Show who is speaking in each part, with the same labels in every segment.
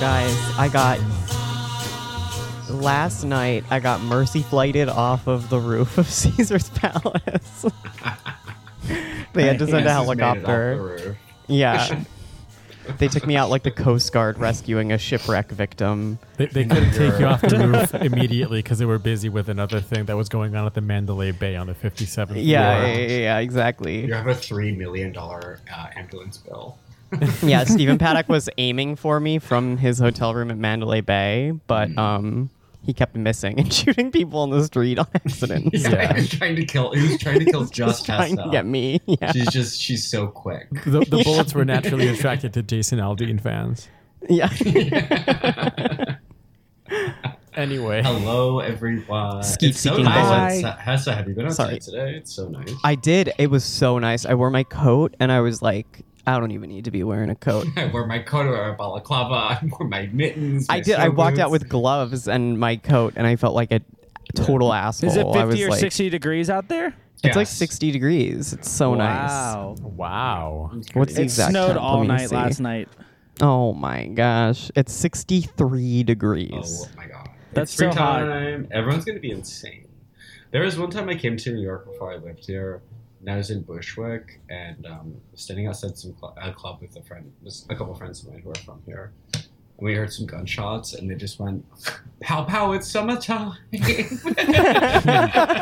Speaker 1: guys, I got last night. I got mercy flighted off of the roof of Caesar's Palace. they had to send a
Speaker 2: This is made it off
Speaker 1: helicopter.
Speaker 2: the roof.
Speaker 1: Yeah. they took me out like the Coast Guard rescuing a shipwreck victim.
Speaker 3: They, they couldn't take you off the roof immediately because they were busy with another thing that was going on at the Mandalay Bay on the 57th.
Speaker 1: Yeah,
Speaker 3: floor.
Speaker 1: yeah, yeah, yeah, exactly.
Speaker 2: You have a three million dollar uh, ambulance bill.
Speaker 1: yeah, Stephen Paddock was aiming for me from his hotel room at Mandalay Bay,
Speaker 2: Mm.
Speaker 1: but um, he kept missing and shooting people in the street on accident.
Speaker 2: He's
Speaker 3: Yeah.
Speaker 2: like, trying to kill. He was trying to kill just
Speaker 1: trying to
Speaker 2: Tessa.
Speaker 1: get me. Yeah,
Speaker 2: She's just she's so quick.
Speaker 3: The, the bullets were naturally attracted to Jason Aldean fans.
Speaker 1: yeah.
Speaker 3: Anyway,
Speaker 2: Hello, everyone.
Speaker 1: Skeet
Speaker 2: it's so
Speaker 1: seeking
Speaker 2: nice.
Speaker 3: bullets.
Speaker 2: outside- Hessa, have you been outside
Speaker 1: Sorry.
Speaker 2: today? It's so nice.
Speaker 1: I did. It was so nice. I wore my coat, and I was like, I don't even need to be wearing a coat.
Speaker 2: I wore my coat or a balaclava. I wore my mittens. my
Speaker 1: I did. I
Speaker 2: snow
Speaker 1: walked out
Speaker 2: boots.
Speaker 1: with gloves and my coat, and I felt like a total asshole.
Speaker 4: Is it
Speaker 1: I
Speaker 4: 50
Speaker 1: was
Speaker 4: or
Speaker 1: like,
Speaker 4: 60 degrees out there?
Speaker 1: It's like
Speaker 2: Yes.
Speaker 1: 60 degrees. It's so Oh, nice.
Speaker 4: wow.
Speaker 3: wow.
Speaker 1: What's the
Speaker 4: It
Speaker 1: exact
Speaker 4: snowed
Speaker 1: temp? Let
Speaker 4: all
Speaker 1: me
Speaker 4: night
Speaker 1: see.
Speaker 4: last night.
Speaker 1: Oh my gosh. It's 63 degrees.
Speaker 2: Oh my god.
Speaker 4: That's
Speaker 2: it's
Speaker 4: so hot.
Speaker 2: springtime. Everyone's gonna be insane. There was one time I came to New York before I lived here, and I was in Bushwick and um, standing outside some cl- a club with a friend, with a couple friends of mine who are from here. And we heard some gunshots, and they just went, "Pow pow! It's summertime!"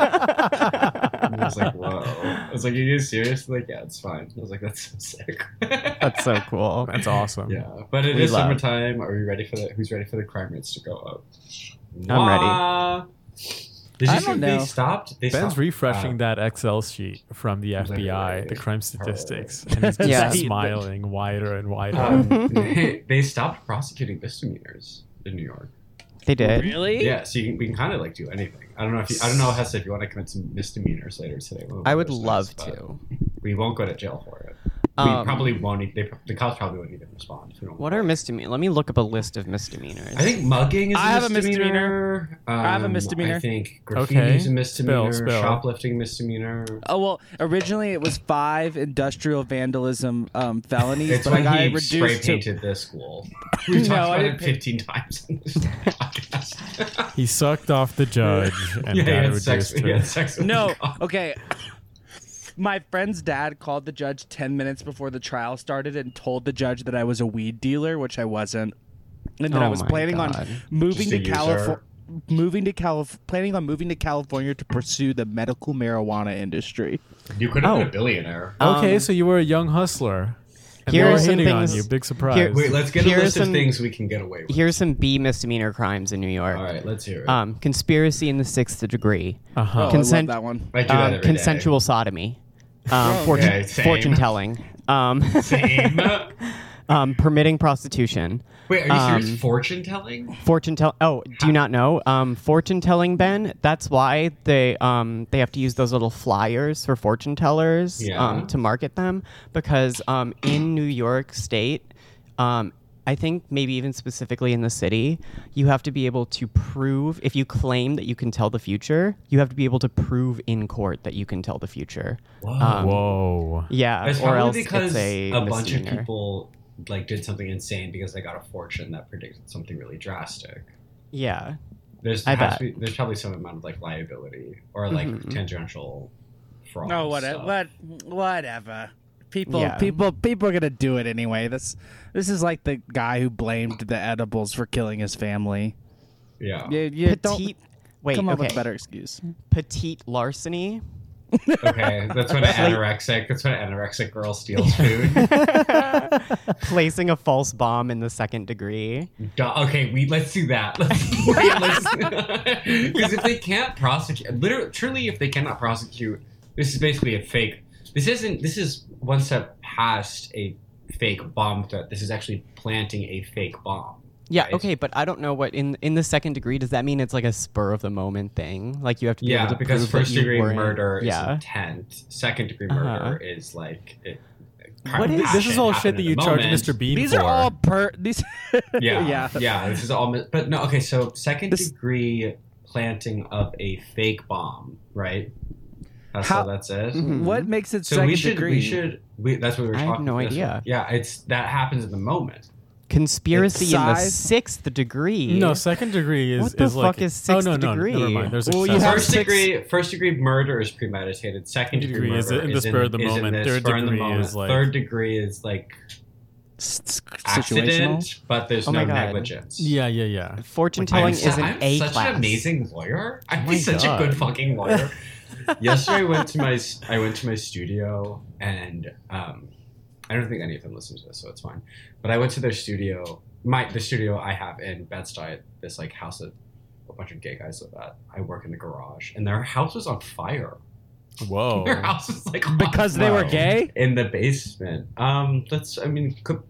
Speaker 2: and I was like, "Whoa!" I was like, "Are you serious?" Like, "Yeah, it's fine." I was like, "That's so sick."
Speaker 1: That's so cool.
Speaker 3: That's awesome.
Speaker 2: Yeah, Um, but it is
Speaker 1: We love.
Speaker 2: summertime. Are you ready for the? Who's ready for the crime rates to go up?
Speaker 1: I'm ready.
Speaker 2: ready. Did you
Speaker 4: I
Speaker 2: see
Speaker 4: don't
Speaker 2: they
Speaker 4: know.
Speaker 2: stopped? They
Speaker 3: Ben's
Speaker 2: stopped,
Speaker 3: refreshing
Speaker 2: uh,
Speaker 3: that Excel sheet from the
Speaker 2: Literally.
Speaker 3: FBI, the crime statistics, and he's just
Speaker 1: Yeah.
Speaker 3: smiling wider and wider.
Speaker 2: um, they, they stopped prosecuting misdemeanors in New York.
Speaker 1: They did.
Speaker 4: Really?
Speaker 2: Yeah, so you can, we can kind of like do anything. I don't know if you, I don't know Hessa if you want to commit some misdemeanors later today. we'll
Speaker 1: I would
Speaker 2: do those
Speaker 1: love
Speaker 2: things, but
Speaker 1: to.
Speaker 2: We won't go to jail for it. we
Speaker 1: Um,
Speaker 2: probably won't. e- They, pro- the cops probably won't even respond. If we don't
Speaker 1: What are misdemeanors? Let me look up a list of misdemeanors.
Speaker 2: I think mugging is
Speaker 4: I have
Speaker 2: a
Speaker 4: a
Speaker 2: misdemeanor.
Speaker 4: I have a
Speaker 2: Um,
Speaker 4: misdemeanor.
Speaker 2: I think graffiti is a
Speaker 3: Okay.
Speaker 2: misdemeanor.
Speaker 3: Spell, spell.
Speaker 2: Shoplifting misdemeanor.
Speaker 4: Oh well, originally it was five industrial vandalism um, felonies,
Speaker 2: It's
Speaker 4: but I
Speaker 2: when
Speaker 4: got
Speaker 2: he
Speaker 4: it
Speaker 2: spray
Speaker 4: reduced to.
Speaker 2: painted this school. We've
Speaker 4: No,
Speaker 2: talked
Speaker 4: I
Speaker 2: about
Speaker 4: didn't
Speaker 2: it 15 times in this podcast.
Speaker 3: He sucked off the judge and
Speaker 2: yeah, he
Speaker 3: got
Speaker 2: had
Speaker 3: reduced
Speaker 2: sex,
Speaker 3: to
Speaker 2: he had sex with
Speaker 4: No,
Speaker 2: the cop.
Speaker 4: okay. My friend's dad called the judge ten minutes before the trial started and told the judge that I was a weed dealer, which I wasn't, and that
Speaker 1: Oh
Speaker 4: I was
Speaker 1: my
Speaker 4: planning
Speaker 1: God.
Speaker 4: on moving
Speaker 2: Just a
Speaker 4: to
Speaker 2: user.
Speaker 4: California. Moving to Calif- planning on moving to California to pursue the medical marijuana industry.
Speaker 2: You could have been
Speaker 1: Oh.
Speaker 2: a billionaire.
Speaker 3: Okay,
Speaker 1: Um,
Speaker 3: so you were a young hustler. And
Speaker 1: here
Speaker 3: they
Speaker 1: are
Speaker 3: were
Speaker 1: some
Speaker 3: hitting on
Speaker 1: things-
Speaker 3: you. Big surprise.
Speaker 1: here-
Speaker 2: Wait, let's get a
Speaker 1: Here's
Speaker 2: list of
Speaker 1: some-
Speaker 2: things we can get away with.
Speaker 1: Here's some B misdemeanor crimes in New York.
Speaker 2: All right, let's hear it.
Speaker 4: uh,
Speaker 1: Um, conspiracy in the sixth degree.
Speaker 3: uh-huh.
Speaker 4: Oh,
Speaker 1: Consent-
Speaker 4: I love that one.
Speaker 2: I do that
Speaker 1: Um,
Speaker 2: every day.
Speaker 1: consensual sodomy. Um,
Speaker 4: Oh,
Speaker 1: fortune,
Speaker 2: okay, same.
Speaker 1: fortune telling. Um,
Speaker 2: Same.
Speaker 1: um, permitting prostitution.
Speaker 2: Wait, are you
Speaker 1: Um,
Speaker 2: serious? Fortune telling?
Speaker 1: Fortune tell. Oh, do you not know? Um, fortune telling, Ben. That's why they um they have to use those little flyers for fortune tellers
Speaker 2: Yeah.
Speaker 1: um to market them because um in New York State um. I think maybe even specifically in the city, you have to be able to prove if you claim that you can tell the future, you have to be able to prove in court that you can tell the future.
Speaker 2: Oh,
Speaker 1: Um,
Speaker 3: Whoa.
Speaker 1: Yeah,
Speaker 2: It's
Speaker 1: or
Speaker 2: probably
Speaker 1: else
Speaker 2: because
Speaker 1: it's a,
Speaker 2: bunch of
Speaker 1: misdemeanor.
Speaker 2: people like did something insane because they got a fortune that predicted something really drastic.
Speaker 1: Yeah,
Speaker 2: There's
Speaker 1: I
Speaker 2: has
Speaker 1: bet. Mm-hmm.
Speaker 2: to be, there's probably some amount of like liability or like tangential fraud.
Speaker 4: No, what,
Speaker 2: stuff.
Speaker 4: Oh, what, whatever. People,
Speaker 1: Yeah.
Speaker 4: people, people are gonna do it anyway. This, this is like the guy who blamed the edibles for killing his family.
Speaker 2: Yeah.
Speaker 4: You, you
Speaker 1: petite. Wait,
Speaker 4: don't come up
Speaker 1: okay.
Speaker 4: with a better excuse.
Speaker 1: Petite larceny.
Speaker 2: Okay. That's when an anorexic. That's when an anorexic girl steals food.
Speaker 1: placing a false bomb in the second degree.
Speaker 2: Duh, okay. We let's do that. Because if they can't prosecute, literally, truly, if they cannot prosecute, this is basically a fake. This isn't. This is one step past a fake bomb threat. This is actually planting a fake bomb.
Speaker 1: Yeah,
Speaker 2: Right.
Speaker 1: okay, but I don't know what in in the second degree does that mean it's like a spur of the moment thing? Like you have to be able
Speaker 2: Yeah,
Speaker 1: to
Speaker 2: because
Speaker 1: prove that
Speaker 2: first
Speaker 1: you
Speaker 2: degree
Speaker 1: weren't-
Speaker 2: murder is
Speaker 1: Yeah.
Speaker 2: intent. Second degree
Speaker 1: Uh-huh.
Speaker 2: murder is like. It,
Speaker 1: What is-
Speaker 3: This is all
Speaker 2: happened
Speaker 3: shit that
Speaker 2: in
Speaker 3: you
Speaker 2: the
Speaker 3: charge
Speaker 2: moment.
Speaker 3: Mr. Bean
Speaker 4: These
Speaker 3: for.
Speaker 4: are all per. These,
Speaker 2: Yeah, yeah,
Speaker 4: yeah.
Speaker 2: This is all, mi- but no. Okay, so second
Speaker 4: This-
Speaker 2: degree planting of a fake bomb, right? That's
Speaker 4: How-
Speaker 2: so that's it.
Speaker 1: Mhm.
Speaker 4: What makes it
Speaker 2: So
Speaker 4: second
Speaker 2: we should,
Speaker 4: degree?
Speaker 2: we should, we, that's what we were
Speaker 1: I have
Speaker 2: talking.
Speaker 1: no
Speaker 2: that's-
Speaker 1: idea.
Speaker 2: Yeah, it's that happens in the moment.
Speaker 1: Conspiracy in the
Speaker 4: Size?
Speaker 1: sixth degree.
Speaker 3: No, second degree is
Speaker 1: What the
Speaker 3: is like,
Speaker 1: fuck is
Speaker 3: oh, no,
Speaker 1: sixth
Speaker 3: no,
Speaker 1: degree?
Speaker 3: Never mind. There's
Speaker 1: Well, you
Speaker 3: excessive-
Speaker 1: have
Speaker 2: First
Speaker 1: six-
Speaker 2: degree, first degree murder is premeditated. Second
Speaker 3: Second
Speaker 2: degree
Speaker 3: degree is
Speaker 2: murder
Speaker 3: in the spur of the
Speaker 2: is in
Speaker 3: moment.
Speaker 2: this
Speaker 3: Third
Speaker 2: spur in the
Speaker 3: degree
Speaker 2: moment.
Speaker 3: is like-
Speaker 2: third degree is like
Speaker 4: S- s- Situational.
Speaker 2: accident, but there's
Speaker 1: Oh my
Speaker 2: no
Speaker 1: God.
Speaker 2: negligence.
Speaker 3: yeah, yeah, yeah.
Speaker 1: Fortune
Speaker 2: I'm
Speaker 1: telling
Speaker 2: su-
Speaker 1: is an
Speaker 2: I'm
Speaker 1: A
Speaker 2: such
Speaker 1: class.
Speaker 2: an amazing
Speaker 4: Oh
Speaker 2: lawyer. I'd
Speaker 3: my
Speaker 2: be such
Speaker 3: God.
Speaker 2: a good fucking lawyer. Yesterday, I went to my s- I went to my studio, and um, I don't think any of them listen to this, so it's fine. But I went to their studio, my the studio I have in Bed Stuy, this like house that a bunch of gay guys live at. I work in the garage, and their house was on fire.
Speaker 3: Whoa.
Speaker 2: Their house was like on
Speaker 4: Oh. Because they were
Speaker 2: fire
Speaker 4: gay?
Speaker 2: in the basement. Um, that's I mean, could,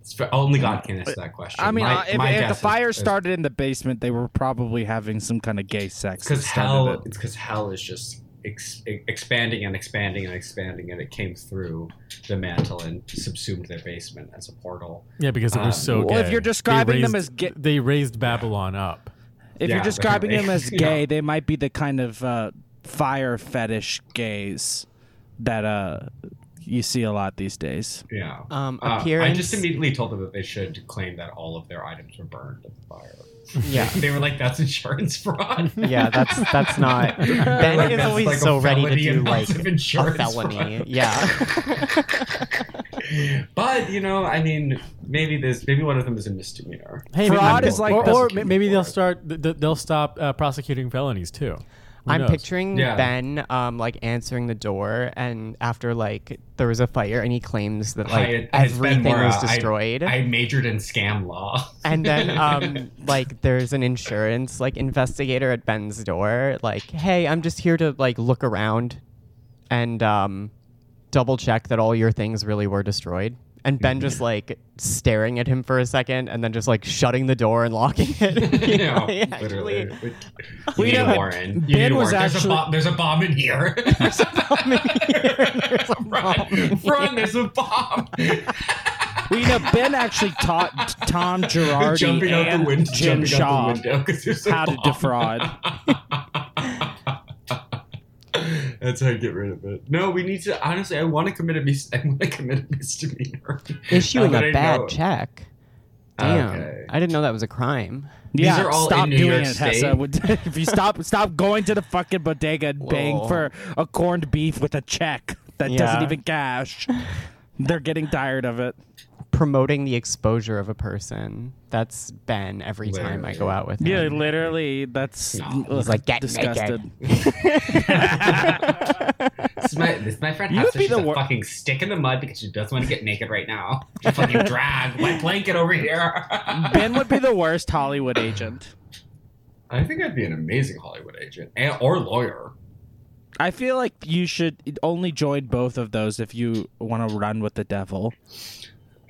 Speaker 2: it's for- only God can answer that question.
Speaker 4: I mean,
Speaker 2: My-
Speaker 4: uh, if,
Speaker 2: my
Speaker 4: if the
Speaker 2: guess is-
Speaker 4: fire
Speaker 2: is-
Speaker 4: started in the basement, they were probably having some kind of gay sex.
Speaker 2: because
Speaker 4: that started
Speaker 2: hell
Speaker 4: it.
Speaker 2: it's because hell is just ex- e- expanding and expanding and expanding and it came through the mantle and subsumed their basement as a portal
Speaker 3: Yeah, because they were
Speaker 2: Um,
Speaker 3: so gay.
Speaker 4: well, if you're
Speaker 3: They
Speaker 4: describing them
Speaker 3: raised-
Speaker 4: as ga-
Speaker 3: they raised Babylon up.
Speaker 4: If
Speaker 2: Yeah,
Speaker 4: you're describing them as
Speaker 2: definitely.
Speaker 4: gay,
Speaker 2: Yeah.
Speaker 4: they might be the kind of uh, fire fetish gays that uh, you see a lot these days.
Speaker 2: yeah
Speaker 1: Um,
Speaker 2: Uh, i
Speaker 1: appearance-
Speaker 2: just immediately told them that they should claim that all of their items were burned in the fire
Speaker 1: Yeah.
Speaker 2: they were like that's insurance fraud
Speaker 1: Yeah, that's that's not. Ben
Speaker 2: Like,
Speaker 1: is
Speaker 2: that's
Speaker 1: always
Speaker 2: like a
Speaker 1: so ready to
Speaker 2: felony
Speaker 1: do
Speaker 2: amount
Speaker 1: like
Speaker 2: of
Speaker 1: a
Speaker 2: insurance
Speaker 1: felony.
Speaker 2: fraud.
Speaker 1: Yeah.
Speaker 2: but you know i mean maybe there's maybe one of them is a misdemeanor
Speaker 3: Hey,
Speaker 4: Fraud
Speaker 3: maybe-
Speaker 4: is like
Speaker 3: or,
Speaker 4: the-
Speaker 3: or ma- maybe they'll start. th- th- They'll stop uh, prosecuting felonies too. Who
Speaker 1: I'm
Speaker 3: knows?
Speaker 1: picturing
Speaker 2: Yeah.
Speaker 1: Ben um, like answering the door, and after like there was a fire, and he claims that like
Speaker 2: Hi, it's Ben
Speaker 1: everything was
Speaker 2: Mora. I-
Speaker 1: destroyed,
Speaker 2: I majored in scam law
Speaker 1: and then um, like there's an insurance like investigator at Ben's door, like, hey, I'm just here to like look around, and um, double check that all your things really were destroyed. And Ben
Speaker 2: Mm-hmm.
Speaker 1: just like staring at him for a second, and then just like shutting the door and locking it.
Speaker 2: you know,
Speaker 1: Yeah,
Speaker 2: literally.
Speaker 1: actually.
Speaker 2: You
Speaker 4: We
Speaker 2: need a
Speaker 4: know-
Speaker 2: warrant. You
Speaker 4: Ben
Speaker 2: need a
Speaker 4: was
Speaker 2: warrant. there's,
Speaker 4: actually-
Speaker 2: a bomb, there's a bomb in here. Run, run, there's a bomb.
Speaker 4: Well, you know, Ben actually taught Tom Girardi
Speaker 2: jumping out
Speaker 4: and
Speaker 2: the window.
Speaker 4: Jim
Speaker 2: jumping
Speaker 4: Shaw
Speaker 2: out the window 'cause there's a
Speaker 4: how to
Speaker 2: bomb.
Speaker 4: defraud.
Speaker 2: That's how I get rid of it. No, we need to. Honestly, I want to commit a mis- I want to commit a misdemeanor.
Speaker 1: Issuing
Speaker 2: Now that
Speaker 1: a
Speaker 2: I
Speaker 1: bad
Speaker 2: know-
Speaker 1: check. Damn,
Speaker 2: Okay.
Speaker 1: I didn't know that was a crime.
Speaker 4: Yeah,
Speaker 2: are all
Speaker 4: stop
Speaker 2: in New
Speaker 4: doing
Speaker 2: York
Speaker 4: it,
Speaker 2: State.
Speaker 4: Hessa. if you stop, stop going to the fucking bodega and paying
Speaker 1: Whoa.
Speaker 4: for a corned beef with a check that
Speaker 1: Yeah.
Speaker 4: doesn't even cash. They're getting tired of it.
Speaker 1: Promoting the exposure of a person. That's Ben every time I go
Speaker 2: Literally.
Speaker 1: out with
Speaker 4: Yeah,
Speaker 2: Mm.
Speaker 1: him.
Speaker 4: literally, that's
Speaker 1: He's like, "Get
Speaker 4: disgusted.
Speaker 2: This is my, this is my friend
Speaker 4: You
Speaker 2: has
Speaker 4: would
Speaker 2: to
Speaker 4: be
Speaker 2: she's a
Speaker 4: the wor-
Speaker 2: fucking stick in the mud because she doesn't want to get naked right now. She fucking drag my blanket over here.
Speaker 4: Ben would be the worst Hollywood agent.
Speaker 2: I think I'd be an amazing Hollywood agent and, or lawyer.
Speaker 4: I feel like you should only join both of those if you want to run with the devil.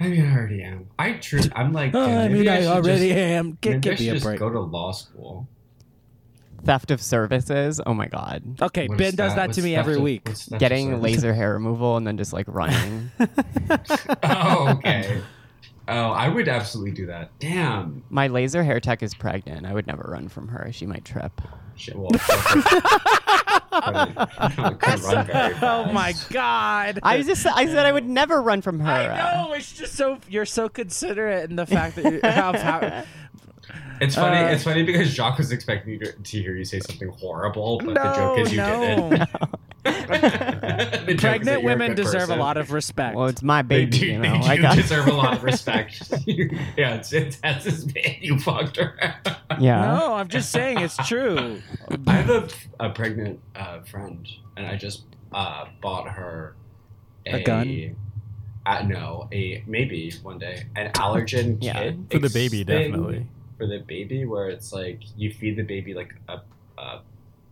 Speaker 2: I mean, I already am. I tr- I'm like,
Speaker 4: Uh, Ah,
Speaker 2: maybe should just,
Speaker 4: am.
Speaker 2: maybe I should just go to law school.
Speaker 1: Theft of services. Oh my god.
Speaker 4: Okay,
Speaker 2: What
Speaker 4: Ben
Speaker 2: is
Speaker 4: does that
Speaker 2: What's
Speaker 4: to me
Speaker 2: theft
Speaker 4: every
Speaker 2: of-
Speaker 4: week.
Speaker 2: what's theft of
Speaker 1: Getting
Speaker 2: service?
Speaker 1: laser hair removal and then just like running.
Speaker 2: oh, okay. Oh, I would absolutely do that. Damn.
Speaker 1: My laser hair tech is pregnant. I would never run from her. She might trip.
Speaker 2: Shit, well, I couldn't run very
Speaker 4: Oh my
Speaker 2: fast.
Speaker 4: god!
Speaker 1: I just I said I would never run from her.
Speaker 4: I
Speaker 2: uh,
Speaker 4: know it's just so you're so considerate in the fact that you have how.
Speaker 2: It's funny.
Speaker 4: Uh,
Speaker 2: it's funny because Jacques was expecting you to, to hear you say something horrible, but the
Speaker 4: No,
Speaker 2: joke is you
Speaker 4: no.
Speaker 2: didn't. The joke is that
Speaker 4: Pregnant
Speaker 2: you're a
Speaker 4: women
Speaker 2: good
Speaker 4: deserve
Speaker 2: person.
Speaker 4: a lot of respect.
Speaker 1: Well, it's my
Speaker 2: They
Speaker 1: baby.
Speaker 2: do,
Speaker 1: you know. uh,
Speaker 2: they
Speaker 1: I
Speaker 2: do
Speaker 1: got-
Speaker 2: deserve a lot of respect. yeah, it's, it's that's his man. You fucked her.
Speaker 1: Yeah.
Speaker 4: no, I'm just saying it's true.
Speaker 2: I have a, a pregnant uh, friend, and I just uh, bought her a,
Speaker 4: A gun?
Speaker 2: Uh, no, a maybe one day an allergen
Speaker 1: Yeah.
Speaker 2: kit
Speaker 3: For the baby,
Speaker 2: thing
Speaker 3: definitely.
Speaker 2: For the baby, where it's like you feed the baby like a, a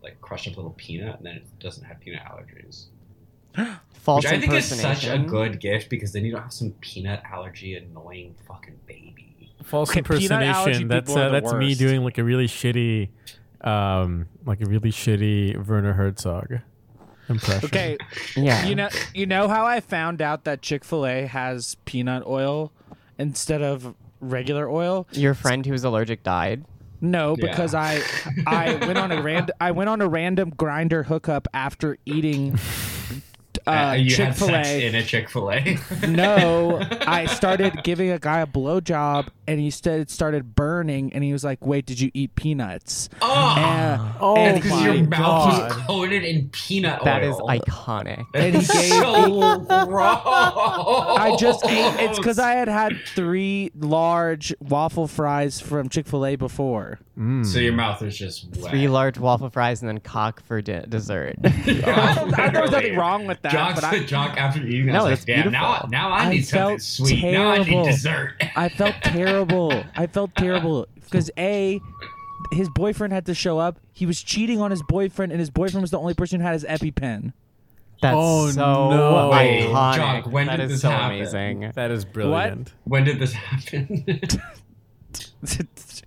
Speaker 2: like crush up little peanut, and then it doesn't have peanut allergies.
Speaker 1: False
Speaker 2: Which I think is
Speaker 1: impersonation.
Speaker 2: such a good gift because then you don't have some peanut allergy annoying fucking baby.
Speaker 3: False
Speaker 4: Okay, peanut allergy
Speaker 3: impersonation. That's
Speaker 4: people are
Speaker 3: uh,
Speaker 4: the
Speaker 3: that's me
Speaker 4: worst.
Speaker 3: doing like a really shitty, um, like a really shitty Werner Herzog impression.
Speaker 4: Okay,
Speaker 1: Yeah.
Speaker 4: you know, you know how I found out that Chick Fil A has peanut oil instead of regular oil?
Speaker 1: Your friend who was allergic died.
Speaker 4: No,
Speaker 2: Yeah.
Speaker 4: because I I went on a rand I went on a random grinder hookup after eating
Speaker 2: Uh,
Speaker 4: uh,
Speaker 2: you
Speaker 4: Chick
Speaker 2: had
Speaker 4: Fil
Speaker 2: sex
Speaker 4: A.
Speaker 2: in a Chick Fil A.
Speaker 4: No, I started giving a guy a blowjob, and he said it started burning, and he was like, "Wait, did you eat peanuts?"
Speaker 2: Oh,
Speaker 4: And,
Speaker 3: Oh
Speaker 4: and
Speaker 2: because
Speaker 3: my
Speaker 2: your
Speaker 4: he,
Speaker 2: mouth
Speaker 3: God.
Speaker 2: was coated in peanut
Speaker 1: That is
Speaker 2: oil.
Speaker 1: iconic.
Speaker 2: That
Speaker 4: And he
Speaker 2: is
Speaker 4: gave-
Speaker 2: so gross. I
Speaker 4: I just
Speaker 3: Oh.
Speaker 4: ate. It's because I had had three large waffle fries from Chick Fil A before.
Speaker 2: So your mouth is just wet.
Speaker 1: Three large waffle fries and then cock for di- dessert.
Speaker 3: Oh,
Speaker 4: I don't- I- there was nothing wrong with that,
Speaker 2: Jock's
Speaker 4: but I-
Speaker 2: the jock after eating.
Speaker 1: No,
Speaker 2: No,
Speaker 1: that's
Speaker 2: like, Damn, now,
Speaker 1: beautiful.
Speaker 2: now I
Speaker 4: I
Speaker 2: need something
Speaker 4: felt
Speaker 2: sweet. Now I need
Speaker 4: terrible.
Speaker 2: dessert.
Speaker 4: I felt terrible. I felt terrible because a his boyfriend had to show up. He was cheating on his boyfriend, and his boyfriend was the only person who had his EpiPen.
Speaker 1: That's
Speaker 3: Oh,
Speaker 1: so
Speaker 3: no.
Speaker 2: Wait,
Speaker 1: iconic.
Speaker 2: Jock, when
Speaker 1: That
Speaker 2: did
Speaker 1: is
Speaker 2: this
Speaker 1: so
Speaker 2: happen?
Speaker 1: amazing.
Speaker 3: That is brilliant.
Speaker 2: when did this happen?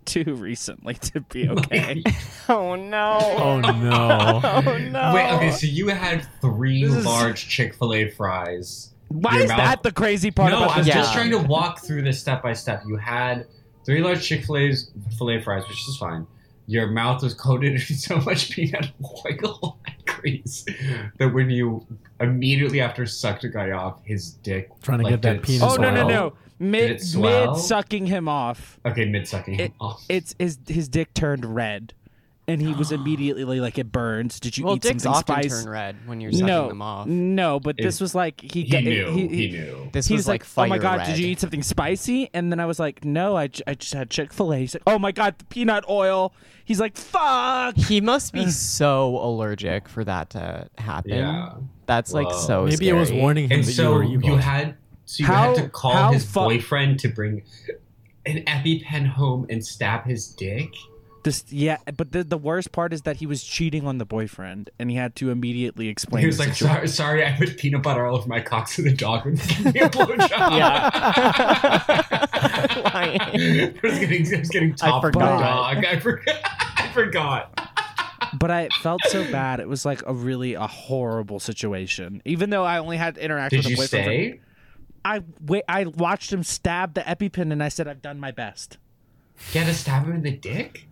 Speaker 4: Too recently to be okay.
Speaker 1: Oh no.
Speaker 3: Oh no.
Speaker 1: Oh no.
Speaker 2: Wait, okay, so you had three
Speaker 4: This is-
Speaker 2: large Chick Fil A fries.
Speaker 4: Why
Speaker 2: Your
Speaker 4: is
Speaker 2: mouth-
Speaker 4: that the crazy part
Speaker 2: no,
Speaker 4: about
Speaker 2: I'm
Speaker 4: this?
Speaker 1: Yeah.
Speaker 2: just trying to walk through this step by step. You had three large Chick Fil A's fillet fries, which is fine. Your mouth was coated in so much peanut oil and grease that when you immediately after sucked a guy off, his dick
Speaker 3: Trying to
Speaker 2: like,
Speaker 3: get that
Speaker 2: did
Speaker 3: penis
Speaker 4: Oh
Speaker 2: swell.
Speaker 4: no no no!
Speaker 2: Did
Speaker 4: Mid
Speaker 2: it swell? Oh.
Speaker 4: mid sucking him off.
Speaker 2: Okay, mid sucking him off.
Speaker 4: it's his his dick turned red, and he was immediately like it burns. Did you
Speaker 1: Well,
Speaker 4: eat
Speaker 1: dicks
Speaker 4: something
Speaker 1: often
Speaker 4: spicy?
Speaker 1: turn red when you're sucking
Speaker 4: no,
Speaker 1: them off.
Speaker 4: no, but
Speaker 2: It-
Speaker 4: this was like he
Speaker 2: He
Speaker 4: got-
Speaker 2: knew. He,
Speaker 4: he- he-
Speaker 2: knew.
Speaker 1: This
Speaker 4: he
Speaker 1: was
Speaker 4: was like, "Oh my god, did you eat something spicy?" And then I was like, "No, I, j- I just had Chick Fil A." He's like, "Oh my god, the peanut oil." He's like, "Fuck."
Speaker 1: He must be so allergic for that to happen.
Speaker 2: Yeah.
Speaker 1: That's like
Speaker 2: Whoa.
Speaker 1: so.
Speaker 3: Maybe it was
Speaker 1: scary.
Speaker 3: warning him
Speaker 2: And
Speaker 3: that
Speaker 2: so
Speaker 3: you were
Speaker 2: you,
Speaker 3: evil.
Speaker 2: had so you had
Speaker 4: How-
Speaker 2: to call
Speaker 4: how
Speaker 2: his
Speaker 4: fu-
Speaker 2: boyfriend to bring an EpiPen home and stab his dick.
Speaker 4: This yeah, but the, the worst part is that he was cheating on the boyfriend, and he had to immediately explain.
Speaker 2: He was
Speaker 4: the
Speaker 2: like,
Speaker 4: situation.
Speaker 2: sorry, sorry, I put peanut butter all over my cock so the dog would give me a blowjob.
Speaker 1: Lying.
Speaker 2: I was getting, I was getting top I
Speaker 1: forgot.
Speaker 2: dog. I forgot. I forgot.
Speaker 4: but I felt so bad. It was like a really a horrible situation. Even though I only had to interact
Speaker 2: Did
Speaker 4: with a
Speaker 2: you
Speaker 4: boyfriend, for-
Speaker 2: say?
Speaker 4: I wait. I watched him stab the EpiPen, and I said, "I've done my best."
Speaker 2: You had to stab him in the dick?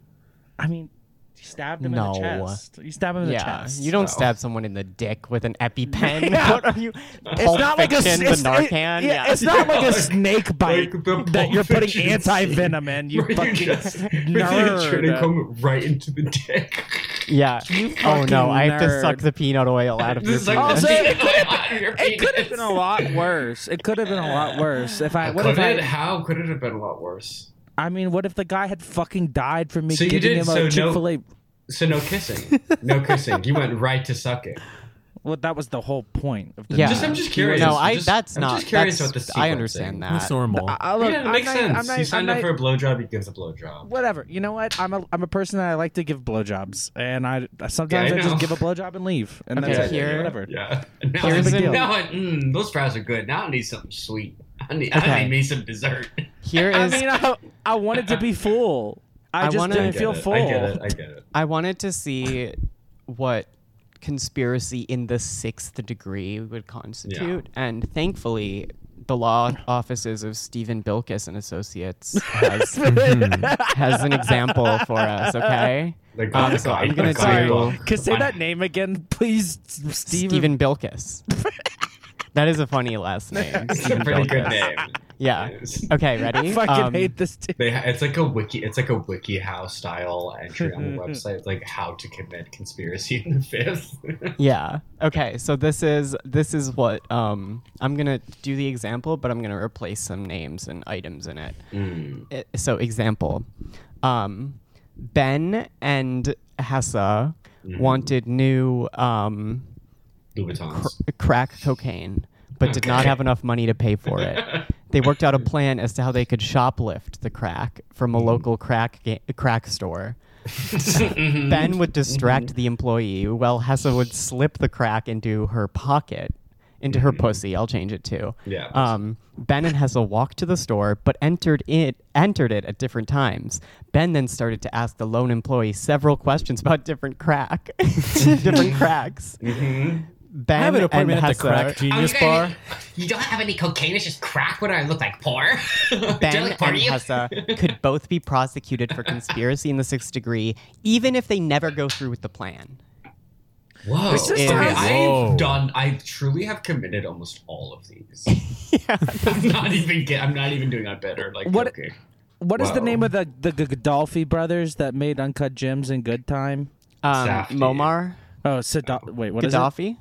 Speaker 4: I mean, you stabbed him
Speaker 1: No.
Speaker 4: in the chest. You stab him in the
Speaker 1: Yeah,
Speaker 4: chest.
Speaker 1: you don't
Speaker 2: so.
Speaker 1: stab someone in the dick with an EpiPen.
Speaker 4: Yeah.
Speaker 1: What are you?
Speaker 4: It's not like a
Speaker 1: Fiction,
Speaker 4: it's,
Speaker 1: the
Speaker 4: it-
Speaker 1: Narcan.
Speaker 4: yeah, it's not like a snake bite
Speaker 2: Like the
Speaker 4: that you're
Speaker 2: Pulp
Speaker 4: putting
Speaker 2: Fiction
Speaker 4: anti venom in. You
Speaker 2: Where
Speaker 4: fucking
Speaker 2: just- where you just try to
Speaker 4: nerd.
Speaker 2: come right into the dick.
Speaker 1: yeah. oh
Speaker 4: fucking
Speaker 1: no, I have to
Speaker 4: nerd.
Speaker 1: suck the peanut oil out of
Speaker 2: This
Speaker 1: your
Speaker 2: is like
Speaker 1: penis.
Speaker 4: Also,
Speaker 2: the
Speaker 4: it could have
Speaker 2: out of your
Speaker 4: It could have
Speaker 2: penis.
Speaker 4: been a lot worse. It could have been a lot worse. If I, what
Speaker 2: Could
Speaker 4: if
Speaker 2: it?
Speaker 4: I,
Speaker 2: How could it have been a lot worse?
Speaker 4: I mean, what if the guy had fucking died from me
Speaker 2: So you
Speaker 4: giving
Speaker 2: did-
Speaker 4: him a
Speaker 2: so no-
Speaker 4: Chick Fil A?
Speaker 2: So no kissing. No kissing. You went right to sucking.
Speaker 4: Well, that was the whole point of the.
Speaker 1: Yeah.
Speaker 2: Just, I'm just curious.
Speaker 1: no, I.
Speaker 2: Just-
Speaker 1: that's
Speaker 2: I'm
Speaker 1: not.
Speaker 2: Just curious
Speaker 1: that's,
Speaker 2: about the
Speaker 1: I
Speaker 2: sequencing.
Speaker 1: understand that.
Speaker 3: That's normal.
Speaker 4: I, I
Speaker 2: Yeah,
Speaker 4: look,
Speaker 2: it
Speaker 4: I'm
Speaker 2: makes
Speaker 4: not-
Speaker 2: sense.
Speaker 4: I'm not,
Speaker 2: you signed
Speaker 4: I'm
Speaker 2: up for
Speaker 4: not-
Speaker 2: a blowjob, he gives a blowjob.
Speaker 4: whatever. You know what? I'm a I'm a person that I like to give blowjobs, and I sometimes
Speaker 2: Yeah, I
Speaker 4: I,
Speaker 2: know.
Speaker 4: just give a blowjob and leave, and
Speaker 1: Okay,
Speaker 4: that's it.
Speaker 1: here-
Speaker 4: whatever.
Speaker 2: Yeah. Now,
Speaker 1: Here's
Speaker 2: it's-
Speaker 1: the deal.
Speaker 2: now I- mm, those fries are good. Now I need something sweet. I need, I
Speaker 1: Okay.
Speaker 2: need me some dessert.
Speaker 1: Here
Speaker 4: I
Speaker 1: is.
Speaker 4: mean, I, I wanted to be full. I,
Speaker 1: I
Speaker 4: just
Speaker 1: wanna-
Speaker 2: I
Speaker 4: didn't
Speaker 2: get
Speaker 4: feel
Speaker 2: it.
Speaker 4: full.
Speaker 2: I get it. I get it.
Speaker 1: I wanted to see what conspiracy in the sixth degree would constitute, and thankfully, the law offices of Stephen Bilkis and Associates has,
Speaker 2: Hmm.
Speaker 1: has an example for us. Okay,
Speaker 2: Like,
Speaker 1: Um, so I'm gonna
Speaker 2: Sorry.
Speaker 1: do
Speaker 4: Cause say that name again, please, Steven.
Speaker 1: Stephen Bilkis. that is a funny last name.
Speaker 2: It's a
Speaker 1: Stephen
Speaker 2: pretty good
Speaker 1: Bilkis.
Speaker 2: name.
Speaker 1: Yeah.
Speaker 2: Yes.
Speaker 1: Okay, ready?
Speaker 4: I fucking
Speaker 1: Um,
Speaker 4: hate this. Dude.
Speaker 2: They ha- it's like a wiki. It's like a wiki how style entry on the website, It's like how to commit conspiracy in the fifth.
Speaker 1: Yeah. Okay. So this is this is what um I'm gonna do the example, but I'm gonna replace some names and items in it. I- so example, um, Ben and Hessa wanted new um
Speaker 2: Louboutins.
Speaker 1: crack cocaine, but did not
Speaker 2: Okay.
Speaker 1: have enough money to pay for it. they worked out a plan as to how they could shoplift the crack from a local crack ga- crack store. ben would distract the employee while Hesse would slip the crack into her pocket, into her pussy. I'll change it to.
Speaker 2: Mm-hmm. Yeah.
Speaker 1: Um, ben and Hesse walked to the store, but entered it entered it at different times. Ben then started to ask the lone employee several questions about different crack, different cracks. Ben
Speaker 3: I have an
Speaker 1: and
Speaker 3: appointment at the
Speaker 1: Hesse,
Speaker 3: Crack Genius Bar.
Speaker 2: You don't have any cocaine. It's just crack. What do I look like? Poor.
Speaker 1: Ben and Hessa could both be prosecuted for conspiracy in the sixth degree, even if they never go through with the plan.
Speaker 2: Whoa.
Speaker 1: This is-
Speaker 2: Okay,
Speaker 3: Whoa.
Speaker 2: I've done. I truly have committed almost all of these.
Speaker 1: yeah.
Speaker 2: I'm not even. Get, I'm not even doing that better. Like
Speaker 4: What-
Speaker 2: Okay.
Speaker 4: What is the
Speaker 2: Wow.
Speaker 4: name of the the Godolphi brothers that made Uncut Gems and Good Time?
Speaker 1: Um,
Speaker 2: Safdie.
Speaker 1: Momar,
Speaker 4: Oh, Sado- wait, what is it?
Speaker 1: Gaddafi,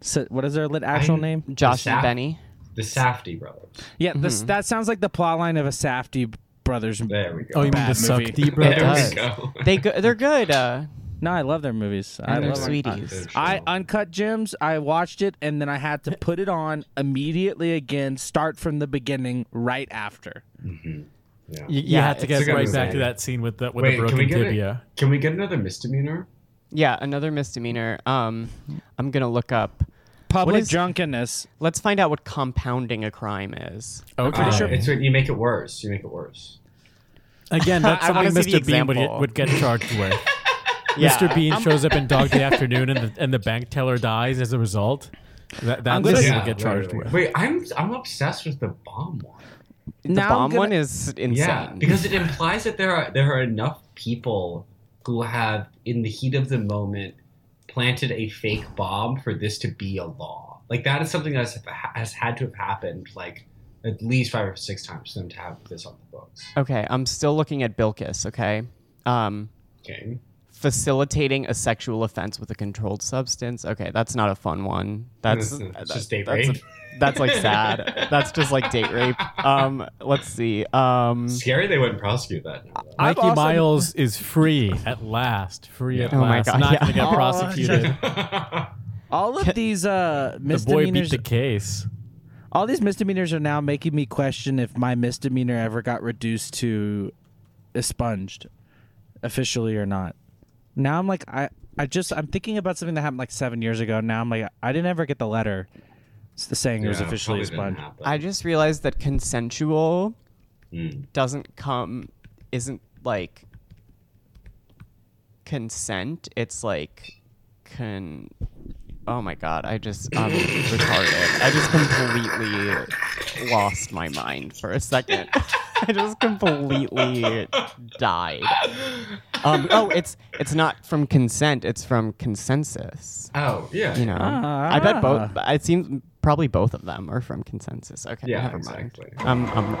Speaker 4: Sa- what is their lit- actual
Speaker 2: I'm-
Speaker 4: name?
Speaker 1: Josh
Speaker 2: Saf-
Speaker 1: and Benny.
Speaker 2: The Safety brothers.
Speaker 4: Yeah, this,
Speaker 3: Mm-hmm.
Speaker 4: that sounds like the plot line of a Safety brothers.
Speaker 2: There we go.
Speaker 3: Oh, you mean
Speaker 4: Bad
Speaker 3: the suck
Speaker 4: movie.
Speaker 3: D
Speaker 2: there
Speaker 1: does.
Speaker 2: we go.
Speaker 1: They go- they're good. Uh,
Speaker 4: No, I love their movies. I
Speaker 1: And they're
Speaker 4: love
Speaker 1: sweet.
Speaker 4: Uncut-
Speaker 1: Sweeties.
Speaker 4: I uncut gems. I watched it and then I had to put it on immediately again. Start from the beginning right after.
Speaker 2: Yeah.
Speaker 3: You, you
Speaker 1: Yeah,
Speaker 3: had to
Speaker 1: it's
Speaker 3: get
Speaker 2: a good
Speaker 3: right back
Speaker 2: movie.
Speaker 3: to that scene with the with
Speaker 2: Wait,
Speaker 3: the
Speaker 2: can we
Speaker 3: broken
Speaker 2: get
Speaker 3: tibia.
Speaker 2: it? Can we get another misdemeanor?
Speaker 1: yeah, another misdemeanor. Um, I'm gonna look up.
Speaker 4: Public
Speaker 1: is-
Speaker 4: drunkenness.
Speaker 1: Let's find out what compounding a crime is.
Speaker 3: Okay.
Speaker 2: Uh, It's when you make it worse. You make it worse.
Speaker 3: Again, that's
Speaker 1: I wanna
Speaker 3: something
Speaker 1: see the
Speaker 3: Mr. Bean would,
Speaker 1: example.
Speaker 3: would get charged with.
Speaker 1: Yeah.
Speaker 3: Mr. Bean shows up in Dog Day Afternoon, and the, and the bank teller dies as a result. That that's
Speaker 4: gonna-
Speaker 3: what he
Speaker 4: Yeah,
Speaker 3: would get charged
Speaker 2: literally.
Speaker 3: with.
Speaker 2: Wait, I'm I'm obsessed with the bomb one.
Speaker 1: The
Speaker 4: Now I'm
Speaker 1: bomb
Speaker 4: gonna-
Speaker 1: one is insane.
Speaker 2: Yeah, because it implies that there are there are enough people who have, in the heat of the moment, planted a fake bomb for this to be a law. Like that is something that has, has had to have happened like at least five or six times for them to have this on the books.
Speaker 1: okay, I'm still looking at Bilkis. Okay. Um,
Speaker 2: Okay,
Speaker 1: facilitating a sexual offense with a controlled substance. Okay, that's not a fun one. That's
Speaker 2: It's
Speaker 1: that-
Speaker 2: just date
Speaker 1: that's a-
Speaker 2: rape.
Speaker 1: that's like sad. that's just like date rape. Um, let's see.
Speaker 4: Mm.
Speaker 1: Um,
Speaker 2: scary. They wouldn't prosecute that. now, though.
Speaker 3: Mikey
Speaker 4: also-
Speaker 3: Miles is free at last. Free at
Speaker 1: Oh my
Speaker 3: last.
Speaker 1: God,
Speaker 3: Not
Speaker 1: yeah.
Speaker 3: going to get
Speaker 4: Oh,
Speaker 3: prosecuted.
Speaker 4: All of these
Speaker 3: The
Speaker 4: uh,
Speaker 3: boy beat
Speaker 4: misdemeanors.
Speaker 3: the case.
Speaker 4: all these misdemeanors are now making me question if my misdemeanor ever got reduced to expunged, officially or not. Now I'm like I. I just I'm thinking about something that happened like seven years ago. Now I'm like I didn't ever get the letter. It's the saying it was
Speaker 2: Yeah,
Speaker 4: officially
Speaker 2: probably didn't
Speaker 4: expunged.
Speaker 2: happen.
Speaker 1: I just realized that consensual
Speaker 2: Mm.
Speaker 1: doesn't come isn't like consent. It's like con. Oh my god! I just um retarded. I just completely lost my mind for a second. I just completely died. Um. Oh, it's it's not from consent. It's from consensus.
Speaker 2: Oh yeah,
Speaker 1: You know. I bet both. It seems probably both of them are from consensus. Okay.
Speaker 2: Yeah,
Speaker 1: Never
Speaker 2: exactly. Oh.
Speaker 1: mind. Um. Um.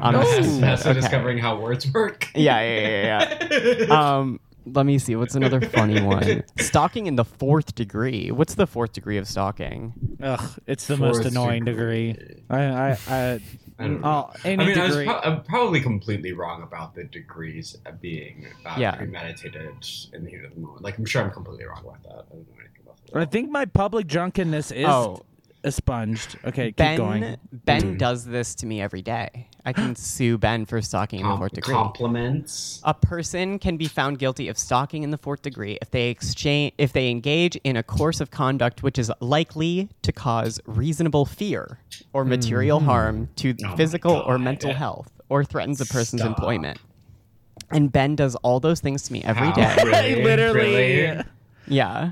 Speaker 1: Honest.
Speaker 2: That's
Speaker 1: okay.
Speaker 2: discovering how words work.
Speaker 1: Yeah, yeah, yeah, yeah, yeah. um, let me see. What's another funny one? Stalking in the fourth degree. What's the fourth degree of stalking?
Speaker 4: Ugh, it's the most
Speaker 2: Fourth
Speaker 4: annoying degree. I, I, I,
Speaker 2: I don't know.
Speaker 1: Um,
Speaker 4: oh, any
Speaker 2: I mean, I was
Speaker 4: degree.
Speaker 2: pro- I'm probably completely wrong about the degrees of being uh,
Speaker 1: Yeah.
Speaker 2: premeditated in the heat of the moment. Like, I'm sure I'm completely wrong about that. I don't know anything about that.
Speaker 4: I think my public drunkenness is
Speaker 1: Oh.
Speaker 4: expunged. Okay, keep
Speaker 1: Ben,
Speaker 4: going.
Speaker 1: Ben does this to me every day. I can sue Ben for stalking in the
Speaker 2: Com-
Speaker 1: fourth degree.
Speaker 2: compliments.
Speaker 1: A person can be found guilty of stalking in the fourth degree if they exchange if they engage in a course of conduct which is likely to cause reasonable fear or material harm to
Speaker 2: Mm-hmm. Oh my
Speaker 1: physical or
Speaker 2: God.
Speaker 1: mental health or threatens a person's
Speaker 2: Stop.
Speaker 1: employment. And Ben does all those things to me every day.
Speaker 2: Wow, Um, really?
Speaker 4: Literally.
Speaker 2: Really?
Speaker 1: Yeah.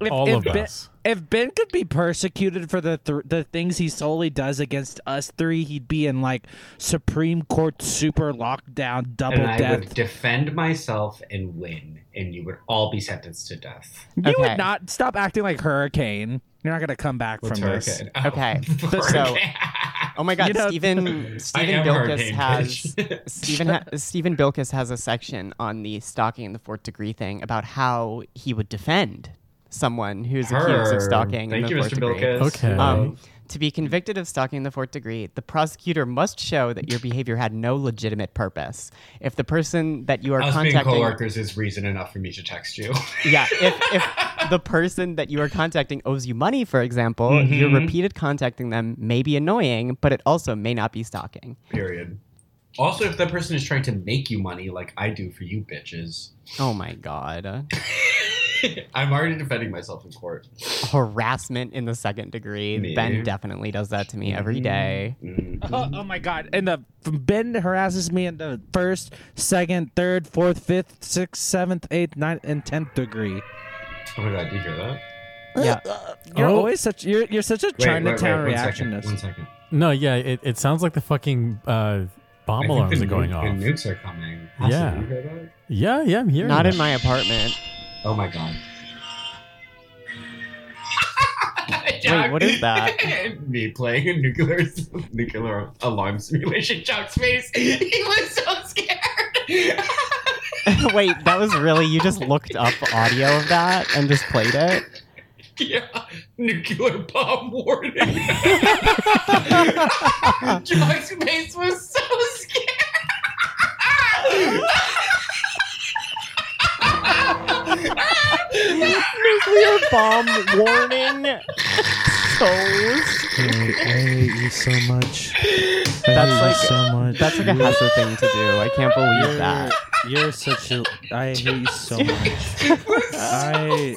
Speaker 4: If,
Speaker 3: All
Speaker 4: if
Speaker 3: of
Speaker 4: ben,
Speaker 3: us.
Speaker 4: If Ben could be persecuted for the th- the things he solely does against us three, he'd be in like Supreme Court super lockdown, double
Speaker 2: And I
Speaker 4: death.
Speaker 2: would defend myself and win, and you would all be sentenced to death.
Speaker 4: you
Speaker 1: Okay.
Speaker 4: would not stop acting like Hurricane. You're not gonna come back
Speaker 2: What's
Speaker 4: from this.
Speaker 2: hurricane? Oh,
Speaker 1: Okay, so-
Speaker 2: hurricane.
Speaker 1: Oh my God,
Speaker 4: You know-
Speaker 1: Stephen Stephen
Speaker 2: am
Speaker 1: Bilkis
Speaker 2: hurricane
Speaker 1: has
Speaker 2: bitch.
Speaker 1: Stephen ha- Stephen Bilkis has a section on the stalking in the fourth degree thing about how he would defend someone who's accused
Speaker 2: Her.
Speaker 1: of stalking in
Speaker 2: Thank
Speaker 1: the
Speaker 2: you,
Speaker 1: fourth
Speaker 2: Mr.
Speaker 1: degree.
Speaker 2: Bilkis.
Speaker 3: Okay.
Speaker 1: Um, to be convicted of stalking in the fourth degree, the prosecutor must show that your behavior had no legitimate purpose. If the person that you are
Speaker 2: Us being
Speaker 1: contacting,
Speaker 2: coworkers is reason enough for me to text you.
Speaker 1: yeah, if, if the person that you are contacting owes you money, for example, your
Speaker 2: Mm-hmm.
Speaker 1: repeated contacting them may be annoying, but it also may not be stalking.
Speaker 2: Period. Also, if that person is trying to make you money, like I do for you bitches,
Speaker 1: Oh my god,
Speaker 2: I'm already defending myself in court.
Speaker 1: harassment in the second degree.
Speaker 2: Me. Mm-hmm.
Speaker 1: Ben definitely does that to me every day.
Speaker 4: Oh, oh my god! And the Ben harasses me in the first, second, third, fourth, fifth, sixth, seventh, eighth, ninth, and tenth degree.
Speaker 2: Oh my god, did you hear that?
Speaker 1: Yeah.
Speaker 4: You're
Speaker 3: Oh.
Speaker 4: always such you're you're such a Chinatown
Speaker 2: one second, One
Speaker 4: reactionist.
Speaker 2: second.
Speaker 3: No, yeah, it, it sounds like the fucking uh, bomb
Speaker 2: I think
Speaker 3: alarms
Speaker 2: the
Speaker 3: are going
Speaker 2: nu-
Speaker 3: off.
Speaker 2: The nukes are coming. Hassan,
Speaker 3: Yeah.
Speaker 2: did you hear that?
Speaker 3: Yeah, yeah, I'm hearing
Speaker 1: Not
Speaker 3: it.
Speaker 1: in my apartment.
Speaker 2: Oh my god.
Speaker 1: Wait, what is that?
Speaker 2: Me playing a nuclear nuclear alarm simulation. Chuck's face. He was so scared.
Speaker 1: Wait, that was really you just looked up audio of that and just played it?
Speaker 2: yeah, nuclear bomb warning. Chuck's face was so scared.
Speaker 1: Nuclear bomb warning. Souls.
Speaker 4: I hate you so much. I
Speaker 1: That's
Speaker 4: hate
Speaker 1: like-
Speaker 4: you so much.
Speaker 1: That's like a
Speaker 4: You're-
Speaker 1: hazard thing to do. I can't believe that.
Speaker 4: You're, you're such a. I hate you so much. I.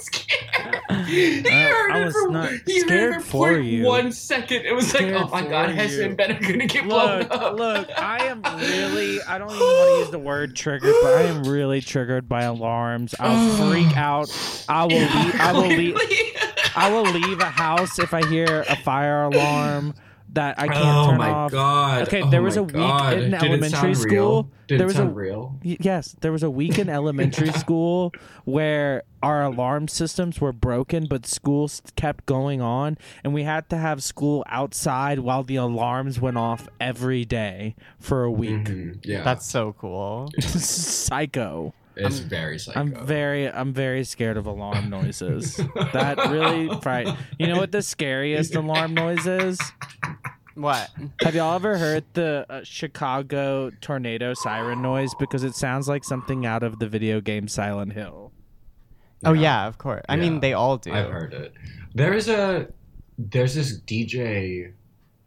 Speaker 2: He
Speaker 4: I-
Speaker 2: heard
Speaker 4: I
Speaker 2: it
Speaker 4: was
Speaker 2: for,
Speaker 4: not
Speaker 2: he
Speaker 4: scared
Speaker 2: heard it
Speaker 4: for
Speaker 2: for
Speaker 4: you.
Speaker 2: One second, it was
Speaker 4: Scared
Speaker 2: like, oh my
Speaker 4: for
Speaker 2: god, Hesse
Speaker 4: you.
Speaker 2: and Ben are gonna get blown
Speaker 4: Look,
Speaker 2: up.
Speaker 4: look, I am really. I don't even want to use the word triggered, but I am really triggered by alarms. I'll freak out. I will. Leave, I will leave.
Speaker 2: Clearly.
Speaker 4: I will leave a house if I hear a fire alarm that I can't
Speaker 2: Oh
Speaker 4: turn
Speaker 2: my
Speaker 4: off.
Speaker 2: god.
Speaker 4: Okay,
Speaker 2: Oh
Speaker 4: there was
Speaker 2: my
Speaker 4: a week
Speaker 2: God.
Speaker 4: in
Speaker 2: Did it
Speaker 4: elementary
Speaker 2: sound real?
Speaker 4: school,
Speaker 2: Did it
Speaker 4: there was a-
Speaker 2: sound real?
Speaker 4: Y- Yes, there was a week in elementary school where our alarm systems were broken, but school st- kept going on, and we had to have school outside while the alarms went off every day for a week.
Speaker 2: Mhm, Yeah.
Speaker 1: That's so cool.
Speaker 4: Psycho.
Speaker 2: it's very psycho.
Speaker 4: I'm very, I'm very scared of alarm noises. that really fright. You know what the scariest alarm noise is?
Speaker 1: What?
Speaker 4: Have y'all ever heard the uh, Chicago tornado siren noise? Because it sounds like something out of the video game Silent Hill.
Speaker 1: Oh yeah, of course. I
Speaker 2: Yeah.
Speaker 1: mean, they all do.
Speaker 2: I've heard it. There is a there's this DJ.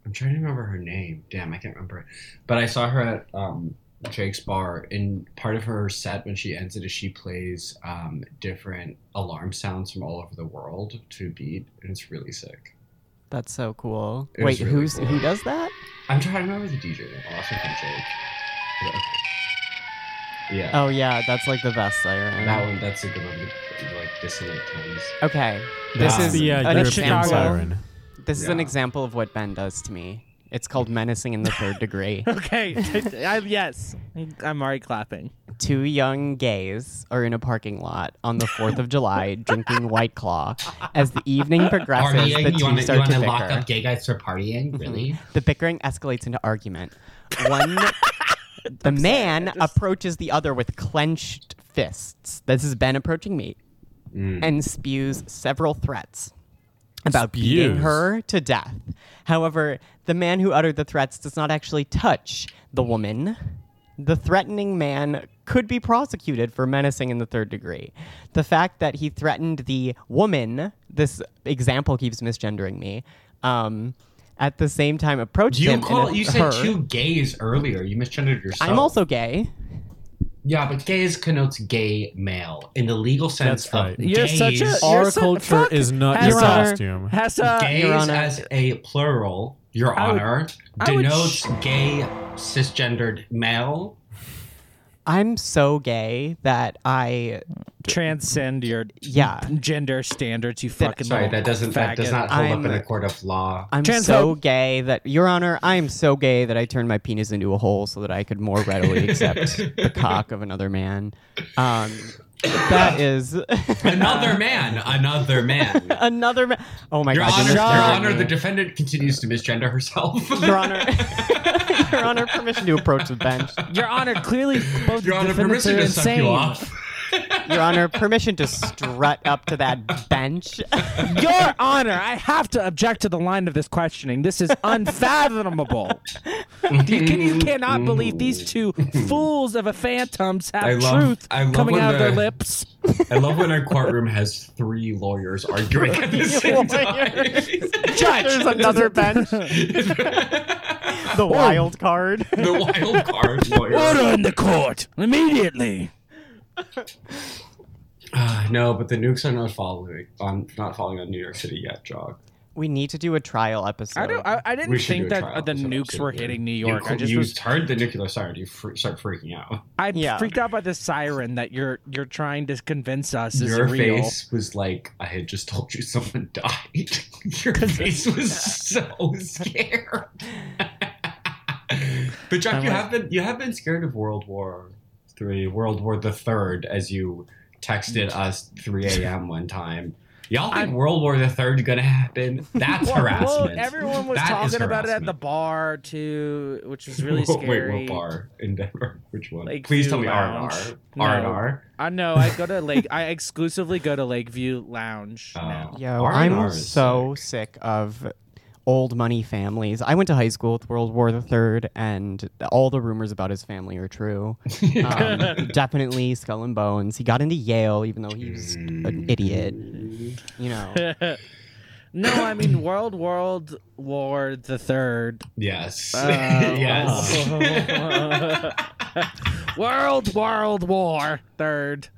Speaker 2: I'm trying to remember her name. Damn, I can't remember it. But I saw her at um, Drake's bar, and part of her set when she ends it is she plays um, different alarm sounds from all over the world to beat, and it's really sick.
Speaker 1: That's so cool.
Speaker 2: It
Speaker 1: Wait,
Speaker 2: was really
Speaker 1: who's
Speaker 2: cool.
Speaker 1: who does that?
Speaker 2: I'm trying to remember the DJ. name. I'll also from Jake. Yeah. Yeah.
Speaker 1: Oh yeah, that's like the best siren.
Speaker 2: That one, that's a good one. with, Like dissonant tones.
Speaker 1: Okay,
Speaker 3: That's
Speaker 1: this is
Speaker 3: the uh,
Speaker 1: an
Speaker 3: European
Speaker 1: example.
Speaker 3: siren.
Speaker 1: This is an
Speaker 2: Yeah.
Speaker 1: example of what Ben does to me. It's called menacing in the third degree.
Speaker 4: Okay. I, yes. I'm already clapping.
Speaker 1: Two young gays are in a parking lot on the 4th of July drinking White Claw. As the evening progresses, the two
Speaker 2: wanna-
Speaker 1: start to
Speaker 2: wanna
Speaker 1: bicker. Mm-hmm.
Speaker 2: gay guys for partying? Really?
Speaker 1: The bickering escalates into argument. One, the man approaches the other with clenched fists. This is Ben approaching me
Speaker 2: Mm.
Speaker 1: and spews several threats about beating
Speaker 3: Spews.
Speaker 1: her to death. However, the man who uttered the threats does not actually touch the woman. The threatening man could be prosecuted for menacing in the third degree. The fact that he threatened the woman, this example keeps misgendering me, um, at the same time approached
Speaker 2: You
Speaker 1: him.
Speaker 2: call
Speaker 1: and
Speaker 2: you said
Speaker 1: her.
Speaker 2: two gays earlier. You misgendered yourself.
Speaker 1: I'm also gay.
Speaker 2: yeah, but gays connotes gay male in the legal sense
Speaker 3: That's right.
Speaker 2: of
Speaker 4: You're
Speaker 2: gays.
Speaker 4: such a-
Speaker 3: Our
Speaker 4: You're so-
Speaker 3: culture
Speaker 4: fuck,
Speaker 3: is not
Speaker 4: Your
Speaker 3: your
Speaker 1: Honor.
Speaker 3: costume.
Speaker 4: Hessa.
Speaker 2: gays
Speaker 1: Your Honor.
Speaker 2: as a plural. Your
Speaker 4: I would-
Speaker 2: honor
Speaker 4: I would
Speaker 2: denotes
Speaker 4: sh-
Speaker 2: gay cisgendered male.
Speaker 1: I'm so gay that I,
Speaker 4: Transcend your
Speaker 1: yeah.
Speaker 4: gender standards, you fucking
Speaker 2: Sorry,
Speaker 4: little
Speaker 2: that doesn't that does
Speaker 4: faggot.
Speaker 2: not hold
Speaker 1: I'm-
Speaker 2: up in a court of law.
Speaker 1: I'm
Speaker 4: Transphobe.
Speaker 1: so gay that, Your Honor, I am so gay that I turned my penis into a hole so that I could more readily accept the cock of another man. Um, that is
Speaker 2: another man, another man.
Speaker 1: another man. Oh my
Speaker 2: Your
Speaker 1: God!
Speaker 2: honor,
Speaker 1: you're
Speaker 2: your
Speaker 1: misgendering
Speaker 2: honor,
Speaker 1: me.
Speaker 2: the defendant continues to misgender herself.
Speaker 1: Your Honor, Your Honor, permission to approach the bench.
Speaker 4: Your Honor, clearly both
Speaker 2: Your Honor,
Speaker 4: defendants
Speaker 2: permission
Speaker 4: are
Speaker 2: to suck
Speaker 4: insane.
Speaker 2: you off.
Speaker 1: Your Honor, permission to strut up to that bench.
Speaker 4: Your Honor, I have to object to the line of this questioning. This is unfathomable. you, can, you cannot believe these two fools of a phantoms
Speaker 2: I
Speaker 4: have
Speaker 2: love-
Speaker 4: truth
Speaker 2: I love
Speaker 4: coming
Speaker 2: when
Speaker 4: out of their
Speaker 2: the-
Speaker 4: lips.
Speaker 2: I love when our courtroom has three lawyers arguing at the same time.
Speaker 4: Judge,
Speaker 1: There's another bench. The wild card.
Speaker 2: the wild card lawyer.
Speaker 4: in the court immediately.
Speaker 2: Ah, no, but the nukes are not following on not falling on New York City yet, Jog.
Speaker 1: We need to do a trial episode.
Speaker 4: I don't. I, I didn't
Speaker 2: We should do
Speaker 4: think
Speaker 2: a
Speaker 4: that
Speaker 2: trial
Speaker 4: the
Speaker 2: episode,
Speaker 4: nukes were
Speaker 2: absolutely.
Speaker 4: hitting New
Speaker 2: You
Speaker 4: York.
Speaker 2: cou-
Speaker 4: I just
Speaker 2: you
Speaker 4: was.
Speaker 2: heard the nuclear siren, you fr- start freaking out.
Speaker 4: I
Speaker 1: Yeah.
Speaker 4: freaked out by the siren that you're you're trying to convince us is
Speaker 2: Your
Speaker 4: real.
Speaker 2: face was like, I had just told you someone died. Your face was so scared. but Jack,
Speaker 4: I'm
Speaker 2: you
Speaker 4: like-
Speaker 2: have been you have been scared of World War Three, World War the Third, as you texted us 3 a.m. one time. Y'all think World War the Third's gonna happen? That's harassment.
Speaker 4: everyone was
Speaker 2: That is
Speaker 4: talking about it at the
Speaker 2: harassment.
Speaker 4: bar too, which was really
Speaker 2: Wait,
Speaker 4: scary.
Speaker 2: what bar in Denver? Which one?
Speaker 4: Lakeview
Speaker 2: Please tell me R and
Speaker 4: Lounge.
Speaker 2: R.
Speaker 4: No.
Speaker 2: R and R.
Speaker 4: I know. I go to Lake. I exclusively go to Lakeview Lounge
Speaker 2: Oh.
Speaker 4: now.
Speaker 1: Yo,
Speaker 2: R&R
Speaker 1: I'm
Speaker 2: is
Speaker 1: so sick. of old money families. I went to high school with World War the Third, and all the rumors about his family are true. Um, definitely skull and bones. He got into Yale, even though he
Speaker 2: Mm.
Speaker 1: was an idiot. You know,
Speaker 4: No, I mean World World War the Third.
Speaker 2: Yes.
Speaker 4: Oh.
Speaker 2: yes.
Speaker 4: World World War Third.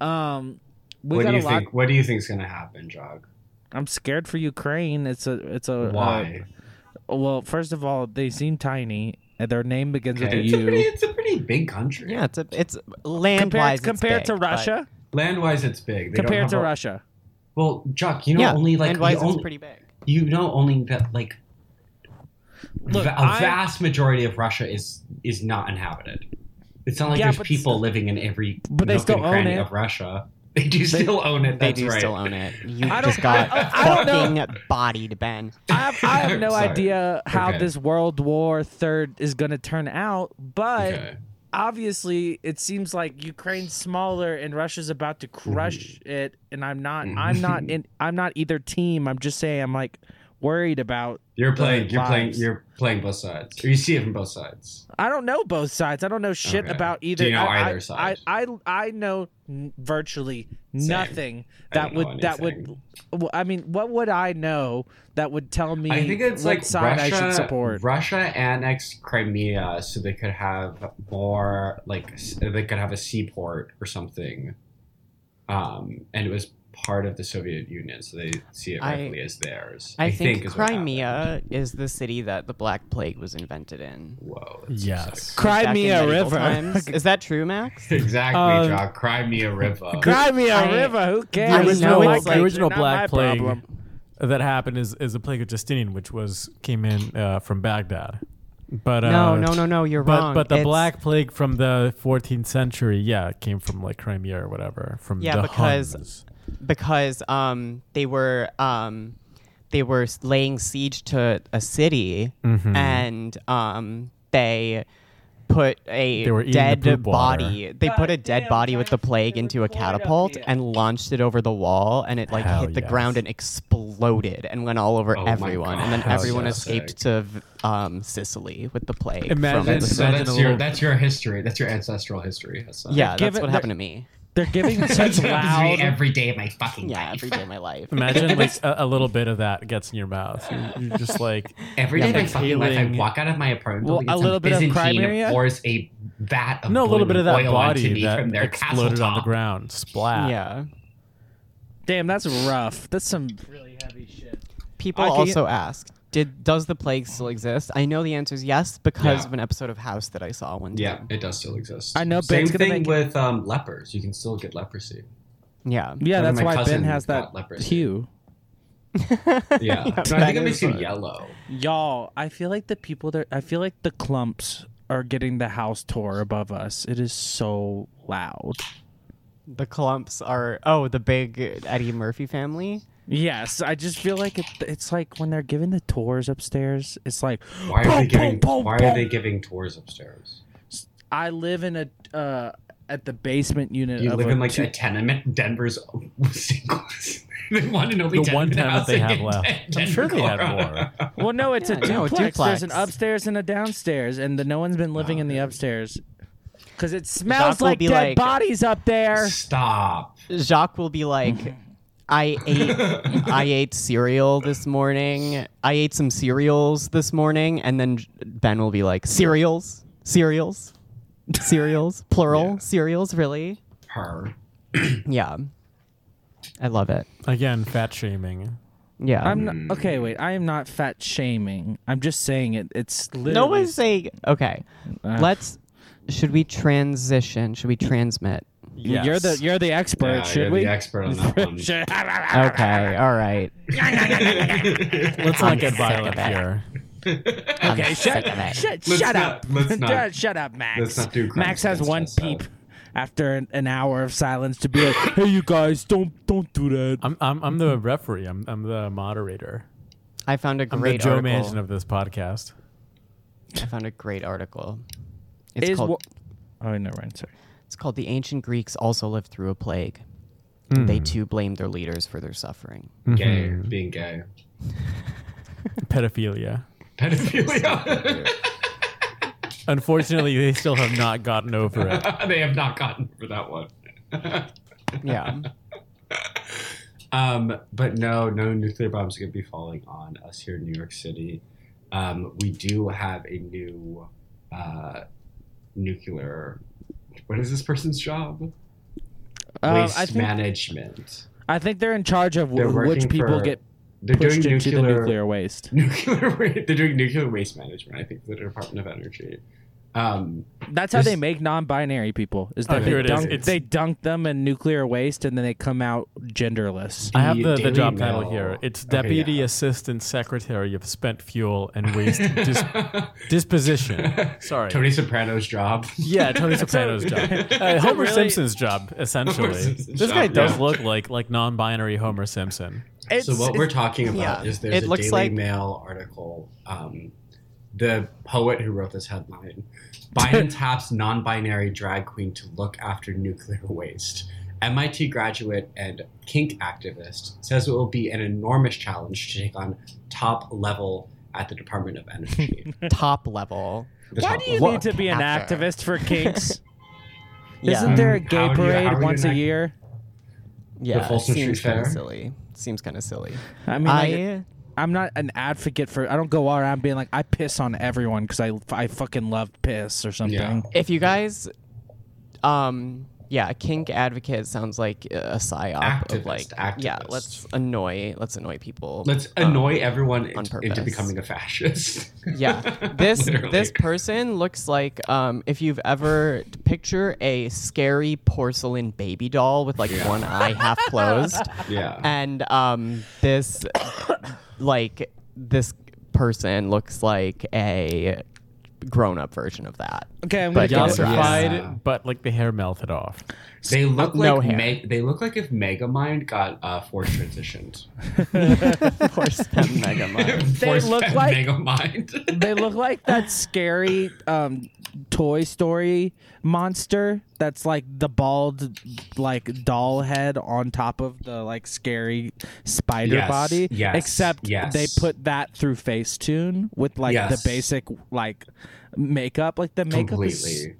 Speaker 4: Um, we
Speaker 2: what
Speaker 4: got
Speaker 2: do
Speaker 4: a
Speaker 2: you
Speaker 4: lot.
Speaker 2: think? What do you think's gonna happen, Jog?
Speaker 4: I'm scared for Ukraine. It's a. It's a. uh,
Speaker 2: Why?
Speaker 4: well, first of all, they seem tiny, and their name begins
Speaker 2: Okay,
Speaker 4: with
Speaker 2: It's,
Speaker 4: a
Speaker 2: a pretty,
Speaker 4: U.
Speaker 2: it's a pretty big country.
Speaker 1: yeah, it's a, it's land
Speaker 4: Compared,
Speaker 1: wise
Speaker 4: compared to Russia,
Speaker 2: Land wise, it's big. They don't
Speaker 4: compared
Speaker 2: have
Speaker 4: to
Speaker 2: a-
Speaker 4: Russia,
Speaker 2: Well, Jock, you know
Speaker 1: yeah,
Speaker 2: only like
Speaker 1: land wise,
Speaker 2: you,
Speaker 1: it's
Speaker 2: only,
Speaker 1: pretty big.
Speaker 2: you know only that like
Speaker 4: Look,
Speaker 2: va- a
Speaker 4: I-
Speaker 2: vast majority of Russia is is not inhabited. It's not like
Speaker 4: Yeah,
Speaker 2: there's
Speaker 4: but-
Speaker 2: people living in every
Speaker 4: But they
Speaker 2: nook
Speaker 4: still
Speaker 2: and
Speaker 4: own
Speaker 2: cranny
Speaker 4: it.
Speaker 2: of Russia. They do still own it.
Speaker 1: They
Speaker 2: That's
Speaker 1: do
Speaker 2: right.
Speaker 1: still own it. You
Speaker 4: I
Speaker 1: just
Speaker 4: don't-
Speaker 1: got
Speaker 4: I- I don't
Speaker 1: fucking bodied, Ben.
Speaker 4: I have, I have no
Speaker 2: Sorry.
Speaker 4: idea how
Speaker 2: Okay.
Speaker 4: this World War Third is going to turn out, but
Speaker 2: Okay.
Speaker 4: obviously it seems like Ukraine's smaller and Russia's about to
Speaker 2: Mm-hmm.
Speaker 4: crush it and I'm not I'm not in I'm not either team. I'm just saying I'm like worried about
Speaker 2: You're playing. You're playing.
Speaker 4: lives.
Speaker 2: You're playing both sides. Or you see it from both sides.
Speaker 4: I don't know both sides. I don't know shit
Speaker 2: Okay.
Speaker 4: about
Speaker 2: Do
Speaker 4: either.
Speaker 2: you know
Speaker 4: I,
Speaker 2: either
Speaker 4: I,
Speaker 2: side?
Speaker 4: I, I I know n- virtually
Speaker 2: Same.
Speaker 4: nothing
Speaker 2: I
Speaker 4: that
Speaker 2: don't know
Speaker 4: would that would
Speaker 2: anything.
Speaker 4: well, I mean what would I know that would tell me
Speaker 2: I think it's
Speaker 4: what
Speaker 2: like
Speaker 4: side
Speaker 2: Russia.
Speaker 4: I should support?
Speaker 2: Russia annexed Crimea so they could have more like s- they could have a seaport or something. Um, and it was part of the Soviet Union, so they see it
Speaker 1: I-
Speaker 2: rightfully as theirs.
Speaker 1: I, think,
Speaker 2: is what happened.
Speaker 1: Crimea is the city that the Black Plague was invented in.
Speaker 2: Whoa. that's
Speaker 3: Yes.
Speaker 2: sick.
Speaker 1: Back in
Speaker 5: Crimea
Speaker 1: medieval
Speaker 5: River.
Speaker 1: times. Is that true, Max?
Speaker 2: Exactly,
Speaker 3: Um,
Speaker 2: Jock. Crimea River.
Speaker 5: Crimea
Speaker 1: I-
Speaker 5: River. Who
Speaker 1: I
Speaker 5: cares?
Speaker 1: know
Speaker 3: original,
Speaker 1: it's
Speaker 3: the
Speaker 1: like-
Speaker 3: original
Speaker 4: not my
Speaker 3: Black Plague
Speaker 4: problem.
Speaker 3: that happened is, is the plague of Justinian, which was came in uh, from Baghdad. But
Speaker 1: No,
Speaker 3: uh,
Speaker 1: no, no, no. You're
Speaker 3: But
Speaker 1: wrong.
Speaker 3: but the
Speaker 1: It's-
Speaker 3: Black Plague from the 14th century, yeah, it came from like Crimea or whatever. From
Speaker 1: Yeah,
Speaker 3: the
Speaker 1: because-
Speaker 3: Huns.
Speaker 1: because um they were um they were s- laying siege to a city
Speaker 3: Mm-hmm.
Speaker 1: and um they put a
Speaker 3: They were eating the
Speaker 1: dead
Speaker 3: poop water.
Speaker 1: body they put a dead
Speaker 4: Goddamn,
Speaker 1: body with the
Speaker 4: guys,
Speaker 1: plague
Speaker 4: they
Speaker 1: into
Speaker 4: were
Speaker 1: a
Speaker 4: quite up
Speaker 1: catapult
Speaker 4: here.
Speaker 1: and launched it over the wall and it like
Speaker 3: Hell
Speaker 1: hit the
Speaker 3: yes.
Speaker 1: ground and exploded and went all over
Speaker 2: Oh my
Speaker 1: everyone and then
Speaker 2: God,
Speaker 1: everyone
Speaker 2: yes.
Speaker 1: escaped to v- um Sicily with the plague
Speaker 3: Imagine-
Speaker 1: from the
Speaker 2: That's, so
Speaker 3: Imagine
Speaker 2: that's
Speaker 3: a
Speaker 2: your
Speaker 3: little-
Speaker 2: that's your history. That's your ancestral history. Hassan.
Speaker 1: yeah that's
Speaker 4: Given
Speaker 1: what
Speaker 4: that-
Speaker 1: happened to me
Speaker 4: They're giving
Speaker 2: That's
Speaker 4: such
Speaker 2: what happens to me
Speaker 4: loud
Speaker 2: every day of my fucking
Speaker 1: yeah
Speaker 2: life.
Speaker 1: every day of my life
Speaker 3: Imagine like a, a little bit of that gets in your mouth. You're, you're just like,
Speaker 2: Every day of my fucking life, I
Speaker 3: exhaling-
Speaker 2: walk out of my apartment
Speaker 4: Well,
Speaker 2: building,
Speaker 4: a
Speaker 2: and
Speaker 4: little
Speaker 2: some
Speaker 4: bit of
Speaker 2: Byzantine
Speaker 4: Crimea?
Speaker 2: pours a vat of
Speaker 3: no, a little bit of
Speaker 2: boiling
Speaker 3: that
Speaker 2: oil onto
Speaker 3: body
Speaker 2: me
Speaker 3: that
Speaker 2: from their castle
Speaker 3: exploded on the
Speaker 2: top.
Speaker 3: ground. Splat.
Speaker 1: yeah
Speaker 4: Damn, that's rough. That's some really heavy shit.
Speaker 1: People
Speaker 4: I can-
Speaker 1: also ask, did does the plague still exist? I know the answer is yes because
Speaker 2: Yeah.
Speaker 1: of an episode of House that I saw one
Speaker 2: Yeah,
Speaker 1: time.
Speaker 2: it does still exist.
Speaker 4: I know
Speaker 2: Same
Speaker 4: Ben's gonna
Speaker 2: thing
Speaker 4: make-
Speaker 2: with um, lepers. You can still get leprosy.
Speaker 1: Yeah. Yeah.
Speaker 4: Yeah,
Speaker 2: One of
Speaker 4: that's
Speaker 2: my
Speaker 4: why Ben
Speaker 2: cousin
Speaker 4: has that
Speaker 2: got leprosy.
Speaker 4: hue.
Speaker 2: Yeah, no, I
Speaker 1: that
Speaker 2: think it
Speaker 1: is
Speaker 2: makes you
Speaker 1: right.
Speaker 2: yellow.
Speaker 4: Y'all, I feel like the people that I feel like the clumps are getting the house tour above us. It is so loud.
Speaker 1: The clumps are oh, the big Eddie Murphy family.
Speaker 4: Yes, I just feel like it, it's like when they're giving the tours upstairs. It's like
Speaker 2: Why are
Speaker 4: boom,
Speaker 2: they giving?
Speaker 4: boom, boom,
Speaker 2: why
Speaker 4: boom.
Speaker 2: are they giving tours upstairs?
Speaker 4: I live in a uh, at the basement unit.
Speaker 2: You
Speaker 4: of
Speaker 2: live
Speaker 4: a
Speaker 2: in like
Speaker 4: two-
Speaker 2: a tenement, Denver's singles. they want to know
Speaker 3: The one tenant they have left. I'm sure they had more.
Speaker 4: well, no, it's a
Speaker 1: Yeah, no, a
Speaker 4: duplex. There's an
Speaker 1: duplex.
Speaker 4: upstairs and a downstairs, and the, no one's been living in the upstairs because it
Speaker 1: Doc
Speaker 4: smells
Speaker 1: will
Speaker 4: like
Speaker 1: be
Speaker 4: dead
Speaker 1: like-
Speaker 4: bodies up there.
Speaker 2: Stop.
Speaker 1: Jacques will be like I ate I ate cereal this morning. I ate some cereals this morning and then J- Ben will be like cereals, cereals, cereals, plural, cereals, really?
Speaker 2: Her.
Speaker 1: Yeah. I love it.
Speaker 3: Again, fat shaming.
Speaker 1: Yeah.
Speaker 4: I'm
Speaker 2: Hmm.
Speaker 4: not, okay. Wait, I am not fat shaming. I'm just saying it. It's literally
Speaker 1: No one's saying. Okay,
Speaker 4: Ah.
Speaker 1: let's. Should we transition? Should we transmit?
Speaker 3: Yes.
Speaker 4: You're the you're the expert.
Speaker 2: Yeah,
Speaker 4: should
Speaker 2: you're
Speaker 4: we?
Speaker 2: the expert on that one.
Speaker 4: Should-
Speaker 1: Okay, all right.
Speaker 3: Let's not
Speaker 1: sick
Speaker 3: get
Speaker 1: of
Speaker 3: violent
Speaker 1: it.
Speaker 3: here.
Speaker 1: Okay, shut up.
Speaker 4: Shut,
Speaker 2: Let's
Speaker 4: shut
Speaker 2: not-
Speaker 4: up.
Speaker 2: let's not-
Speaker 4: shut up, Max.
Speaker 2: let's not do crimes
Speaker 4: Max has
Speaker 2: against
Speaker 4: one
Speaker 2: us, so-
Speaker 4: peep. after an, an hour of silence to be like, "Hey, you guys, don't don't do that."
Speaker 3: I'm, I'm, I'm the referee. I'm, I'm the moderator.
Speaker 1: I found a
Speaker 3: I'm
Speaker 1: great
Speaker 3: the Joe
Speaker 1: article.
Speaker 3: Manchin of this podcast.
Speaker 1: I found a great article. It's
Speaker 4: Is
Speaker 1: called,
Speaker 4: wha- oh, never mind. Sorry.
Speaker 1: it's called The Ancient Greeks Also Lived Through a Plague.
Speaker 4: Hmm.
Speaker 1: They too blamed their leaders for their suffering.
Speaker 2: Gay, being gay,
Speaker 3: Pedophilia.
Speaker 2: pedophilia.
Speaker 3: Unfortunately, they still have not gotten over it.
Speaker 2: they have not gotten for that one.
Speaker 1: Yeah.
Speaker 2: Um, but no, no nuclear bombs are going to be falling on us here in New York City. Um, we do have a new uh, nuclear. What is this person's job?
Speaker 4: Uh,
Speaker 2: Waste
Speaker 4: I think
Speaker 2: management.
Speaker 4: I think they're in charge of
Speaker 2: They're
Speaker 4: w- which
Speaker 2: working
Speaker 4: people
Speaker 2: for-
Speaker 4: get
Speaker 2: They're
Speaker 4: pushed
Speaker 2: doing
Speaker 4: into
Speaker 2: nuclear.
Speaker 4: the nuclear waste.
Speaker 2: nuclear wa- they're doing nuclear waste management. I think for the Department of Energy. Um,
Speaker 4: That's how
Speaker 2: This-
Speaker 4: they make non-binary people. Is
Speaker 3: Oh,
Speaker 4: that
Speaker 3: here
Speaker 4: they,
Speaker 3: it is.
Speaker 4: dunk,
Speaker 3: It's-
Speaker 4: they dunk them in nuclear waste and then they come out genderless.
Speaker 3: I have
Speaker 2: The
Speaker 3: the, the
Speaker 2: Daily
Speaker 3: job title
Speaker 2: Mail.
Speaker 3: here. It's
Speaker 2: Okay,
Speaker 3: Deputy
Speaker 2: yeah.
Speaker 3: Assistant Secretary of Spent Fuel and Waste Dis- Disposition. Sorry.
Speaker 2: Tony Soprano's job.
Speaker 3: yeah, Tony Soprano's job. Uh, Homer Simpson's job, essentially.
Speaker 2: Simpson's
Speaker 3: this guy
Speaker 2: job,
Speaker 3: does
Speaker 2: yeah.
Speaker 3: look like like non-binary Homer Simpson.
Speaker 4: It's,
Speaker 2: so what we're talking about
Speaker 1: yeah.
Speaker 2: is there's
Speaker 1: It
Speaker 2: a
Speaker 1: looks
Speaker 2: Daily
Speaker 1: like-
Speaker 2: Mail article. Um, the poet who wrote this headline: Biden taps non-binary drag queen to look after nuclear waste. MIT graduate and kink activist says it will be an enormous challenge to take on top level at the Department of Energy.
Speaker 1: Top level.
Speaker 2: The
Speaker 4: why
Speaker 2: top
Speaker 4: do you
Speaker 2: level.
Speaker 4: need to be an
Speaker 1: After.
Speaker 4: activist for kinks?
Speaker 1: Yeah.
Speaker 4: Isn't there a gay
Speaker 2: Mm-hmm. How do you- how
Speaker 4: parade
Speaker 2: are you
Speaker 4: once a
Speaker 2: not-
Speaker 4: year?
Speaker 1: yeah.
Speaker 2: Folsom Street
Speaker 1: seems kind of
Speaker 2: Fair?
Speaker 1: silly. Seems kind of silly.
Speaker 4: I mean, like,
Speaker 1: I
Speaker 4: I'm not an advocate for. I don't go all around being like I piss on everyone because I, I fucking love piss or something.
Speaker 2: Yeah.
Speaker 1: if you guys um yeah a kink advocate sounds like a psyop of
Speaker 2: Activist,
Speaker 1: like yeah
Speaker 2: activist.
Speaker 1: let's annoy let's annoy people
Speaker 2: Let's annoy everyone
Speaker 1: Oh, on
Speaker 2: into,
Speaker 1: purpose.
Speaker 2: into becoming a fascist.
Speaker 1: yeah this
Speaker 2: Literally.
Speaker 1: this person looks like um if you've ever picture a scary porcelain baby doll with like
Speaker 2: Yeah.
Speaker 1: one eye half closed
Speaker 2: Yeah.
Speaker 1: and um this like this person looks like a grown-up version of that
Speaker 4: Okay, I'm gonna
Speaker 1: But
Speaker 4: go
Speaker 1: yes,
Speaker 4: with
Speaker 1: right.
Speaker 4: yes.
Speaker 3: Yosified,
Speaker 2: Yeah.
Speaker 3: but like the hair melted off.
Speaker 2: They look like
Speaker 1: no hair.
Speaker 2: Meg- they look like if Megamind got uh, force transitioned.
Speaker 1: of course that mega mind.
Speaker 2: Force
Speaker 4: look
Speaker 2: fed
Speaker 4: like-
Speaker 2: Megamind.
Speaker 4: They look like that scary um, Toy Story monster that's like the bald like doll head on top of the like scary spider
Speaker 2: Yes,
Speaker 4: body.
Speaker 2: yes,
Speaker 4: Except
Speaker 2: yes.
Speaker 4: they put that through Facetune with like
Speaker 2: Yes.
Speaker 4: the basic like makeup. Like the makeup is
Speaker 2: Completely.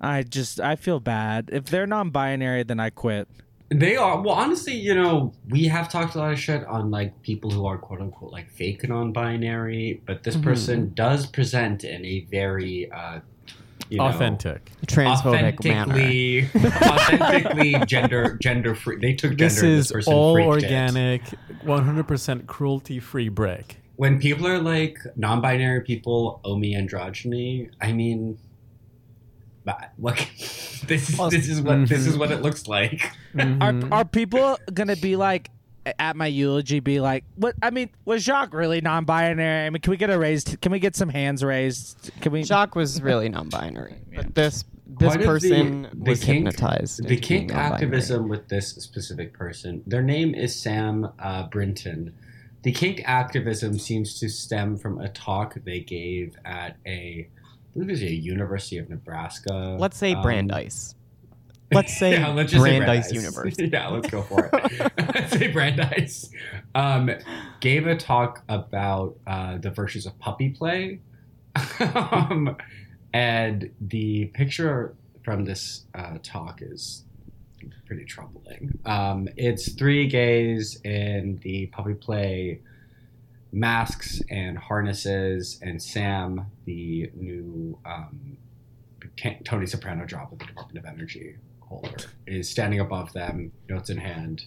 Speaker 4: I just I feel bad. If they're non-binary, then I quit.
Speaker 2: They are well. Honestly, you know, we have talked a lot of shit on like people who are quote unquote like fake non-binary, but
Speaker 3: Mm-hmm.
Speaker 2: this person does present in a very uh, you know,
Speaker 3: Authentic.
Speaker 1: transphobic manner.
Speaker 2: authentically, authentically gender gender free. They took gender.
Speaker 3: This
Speaker 2: and
Speaker 3: is
Speaker 2: person
Speaker 3: all
Speaker 2: freaked it.
Speaker 3: organic, 100% cruelty-free break.
Speaker 2: When people are like non-binary people owe me androgyny, I mean, but what? This is this is what this is what it looks like.
Speaker 1: Mm-hmm.
Speaker 3: Mm-hmm.
Speaker 4: Are are people gonna be like at my eulogy be like what I mean was Jacques really non-binary? I mean, can we get a raised? Can we get some hands raised? Can we?
Speaker 1: Jacques was really non-binary, but this this
Speaker 2: Part of
Speaker 1: person
Speaker 2: the
Speaker 1: was
Speaker 2: kink-
Speaker 1: hypnotized.
Speaker 2: The
Speaker 1: into being
Speaker 2: kink
Speaker 1: non-binary.
Speaker 2: activism with this specific person, their name is Sam uh, Brinton. The kink activism seems to stem from a talk they gave at a, I believe it was a University of Nebraska.
Speaker 1: Let's say
Speaker 2: um,
Speaker 1: Brandeis. Let's say
Speaker 2: yeah, let's just say
Speaker 1: Brandeis University.
Speaker 2: yeah, let's go for it. let's say Brandeis um, gave a talk about uh, the virtues of puppy play, um, and the picture from this uh, talk is pretty troubling. Um, it's three gays in the puppy play masks and harnesses, and Sam, the new um, T- Tony Soprano job at the Department of Energy holder, is standing above them, notes in hand,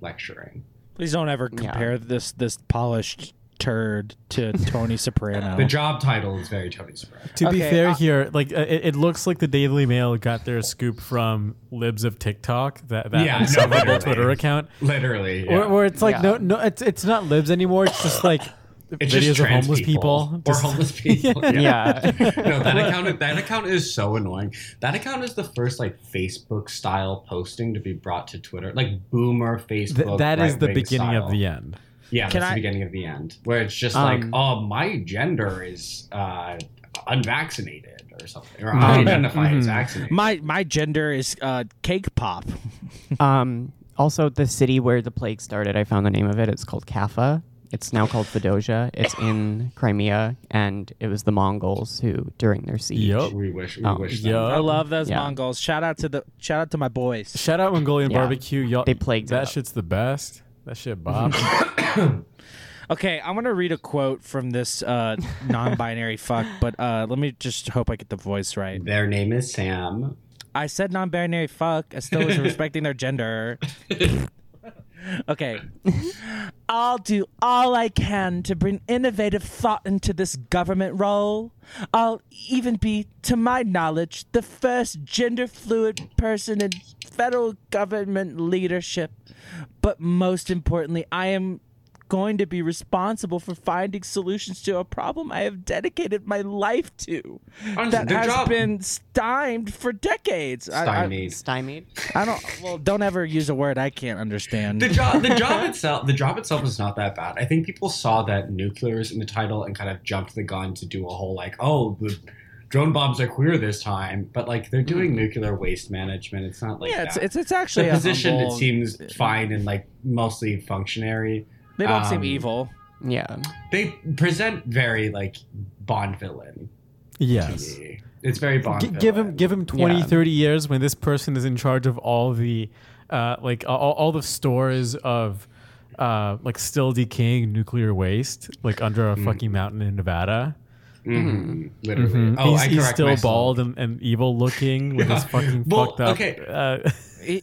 Speaker 2: lecturing.
Speaker 4: Please don't ever compare this this polished turd to Tony
Speaker 3: Oh.
Speaker 4: Soprano.
Speaker 2: The job title is very Tony Soprano.
Speaker 3: To be
Speaker 4: Okay,
Speaker 3: fair
Speaker 4: uh,
Speaker 3: here, like uh, it, it looks like the Daily Mail got their scoop from libs of TikTok, that that
Speaker 2: Yeah, no,
Speaker 3: insufferable
Speaker 2: literally.
Speaker 3: Twitter account,
Speaker 2: Literally,
Speaker 3: where,
Speaker 2: yeah.
Speaker 3: where it's like
Speaker 1: Yeah.
Speaker 3: no, no, it's it's not libs anymore. It's just like
Speaker 2: It's
Speaker 3: videos
Speaker 2: just
Speaker 3: of
Speaker 2: trans
Speaker 3: homeless people.
Speaker 2: or
Speaker 3: Just-
Speaker 2: homeless people.
Speaker 1: Yeah.
Speaker 2: no, that account that account is so annoying. That account is the first like Facebook style posting to be brought to Twitter, like boomer Facebook.
Speaker 3: Th- that is the
Speaker 2: right-wing
Speaker 3: beginning
Speaker 2: style.
Speaker 3: of the end.
Speaker 2: Yeah,
Speaker 4: Can
Speaker 2: that's
Speaker 4: I-
Speaker 2: the beginning of the end, where it's just like,
Speaker 1: Um,
Speaker 2: oh, my gender is uh, unvaccinated or something, or
Speaker 1: Um,
Speaker 2: I identify as
Speaker 3: mhm.
Speaker 2: vaccinated.
Speaker 4: My my gender is uh, cake pop.
Speaker 1: Um, also, the city where the plague started, I found the name of it. It's called Kaffa. It's now called Fedosia. It's in Crimea, and it was the Mongols who, during their siege,
Speaker 3: Yup.
Speaker 2: we wish, we
Speaker 1: Oh,
Speaker 2: wish.
Speaker 3: yeah.
Speaker 2: Them.
Speaker 4: I love those
Speaker 1: Yeah.
Speaker 4: Mongols. Shout out to the shout out to my boys.
Speaker 3: Shout out Mongolian
Speaker 1: Yeah.
Speaker 3: barbecue. Y'all,
Speaker 1: They plagued it
Speaker 3: that
Speaker 1: up.
Speaker 3: shit's the best. That shit, Bob.
Speaker 4: Okay, I'm gonna read a quote from this uh, non-binary fuck, but uh, let me just hope I get the voice right.
Speaker 2: Their name is Sam.
Speaker 4: I said non-binary fuck. I still was respecting their gender. okay. I'll do all I can to bring innovative thought into this government role. I'll even be, to my knowledge, the first gender fluid person in federal government leadership. But most importantly, I am going to be responsible for finding solutions to a problem I have dedicated my life to
Speaker 2: Honestly,
Speaker 4: that
Speaker 2: good
Speaker 4: has
Speaker 2: job.
Speaker 4: been stymied for decades. I- I,
Speaker 2: Stymied.
Speaker 1: stymied.
Speaker 4: I don't. Well, don't ever use a word I can't understand.
Speaker 2: the job the job itself the job itself is not that bad i think people saw that nuclear is in the title and kind of jumped the gun to do a whole like oh the drone bombs are queer this time but like they're doing nuclear waste management it's not like
Speaker 4: Hmm. yeah, it's,
Speaker 2: that.
Speaker 4: it's it's actually
Speaker 2: the
Speaker 4: a
Speaker 2: position it
Speaker 4: humble-
Speaker 2: seems fine and like mostly functionary
Speaker 4: They don't seem
Speaker 2: um,
Speaker 4: evil.
Speaker 1: Yeah.
Speaker 2: they present very like bond villain to
Speaker 3: yes.
Speaker 2: me. it's very bond
Speaker 3: G-
Speaker 2: villain.
Speaker 3: give him give him 20
Speaker 1: Yeah.
Speaker 3: 30 years when this person is in charge of all the uh, like all, all the stores of uh, like still decaying nuclear waste like under
Speaker 2: Mm.
Speaker 3: a fucking mountain in Nevada.
Speaker 4: Mm-hmm.
Speaker 2: Mhm, literally oh
Speaker 3: Mm-hmm. he's,
Speaker 2: i
Speaker 3: he's
Speaker 2: correct
Speaker 3: still
Speaker 2: myself.
Speaker 3: bald and, and evil looking with his fucking
Speaker 2: Well,
Speaker 3: fucked up.
Speaker 2: okay.
Speaker 3: Uh,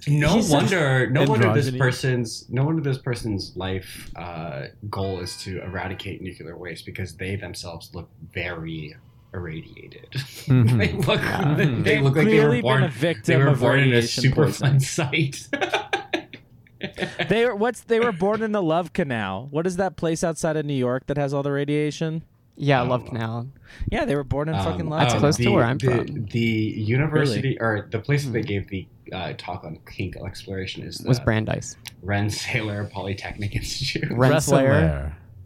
Speaker 2: no
Speaker 4: He's such-
Speaker 2: wonder no wonder this
Speaker 3: androgyny.
Speaker 2: person's no wonder this person's life uh, goal is to eradicate nuclear waste because they themselves look very irradiated
Speaker 3: Mhm.
Speaker 2: they look
Speaker 3: Mhm.
Speaker 4: Mm-hmm.
Speaker 2: they look like they
Speaker 4: Clearly
Speaker 2: were
Speaker 4: been a
Speaker 2: born
Speaker 4: victim
Speaker 2: they were
Speaker 4: of
Speaker 2: born in a
Speaker 4: radiation
Speaker 2: super
Speaker 4: poisoning.
Speaker 2: fun site
Speaker 4: They were what's they were born in the Love Canal. What is that place outside of New York that has all the radiation?
Speaker 1: Yeah,
Speaker 2: Um,
Speaker 1: Love Canal.
Speaker 4: Yeah, they were born in fucking
Speaker 2: Um,
Speaker 4: Love.
Speaker 1: That's
Speaker 2: um,
Speaker 1: close
Speaker 2: the,
Speaker 1: to where I'm
Speaker 2: the,
Speaker 1: from. Hmm.
Speaker 2: the university or the place that they gave the uh, talk on kink exploration is the
Speaker 1: Was Brandeis.
Speaker 2: Ren Sailor Polytechnic Institute Uh,
Speaker 1: Rensselaer. Rensler.
Speaker 3: Rensselaer.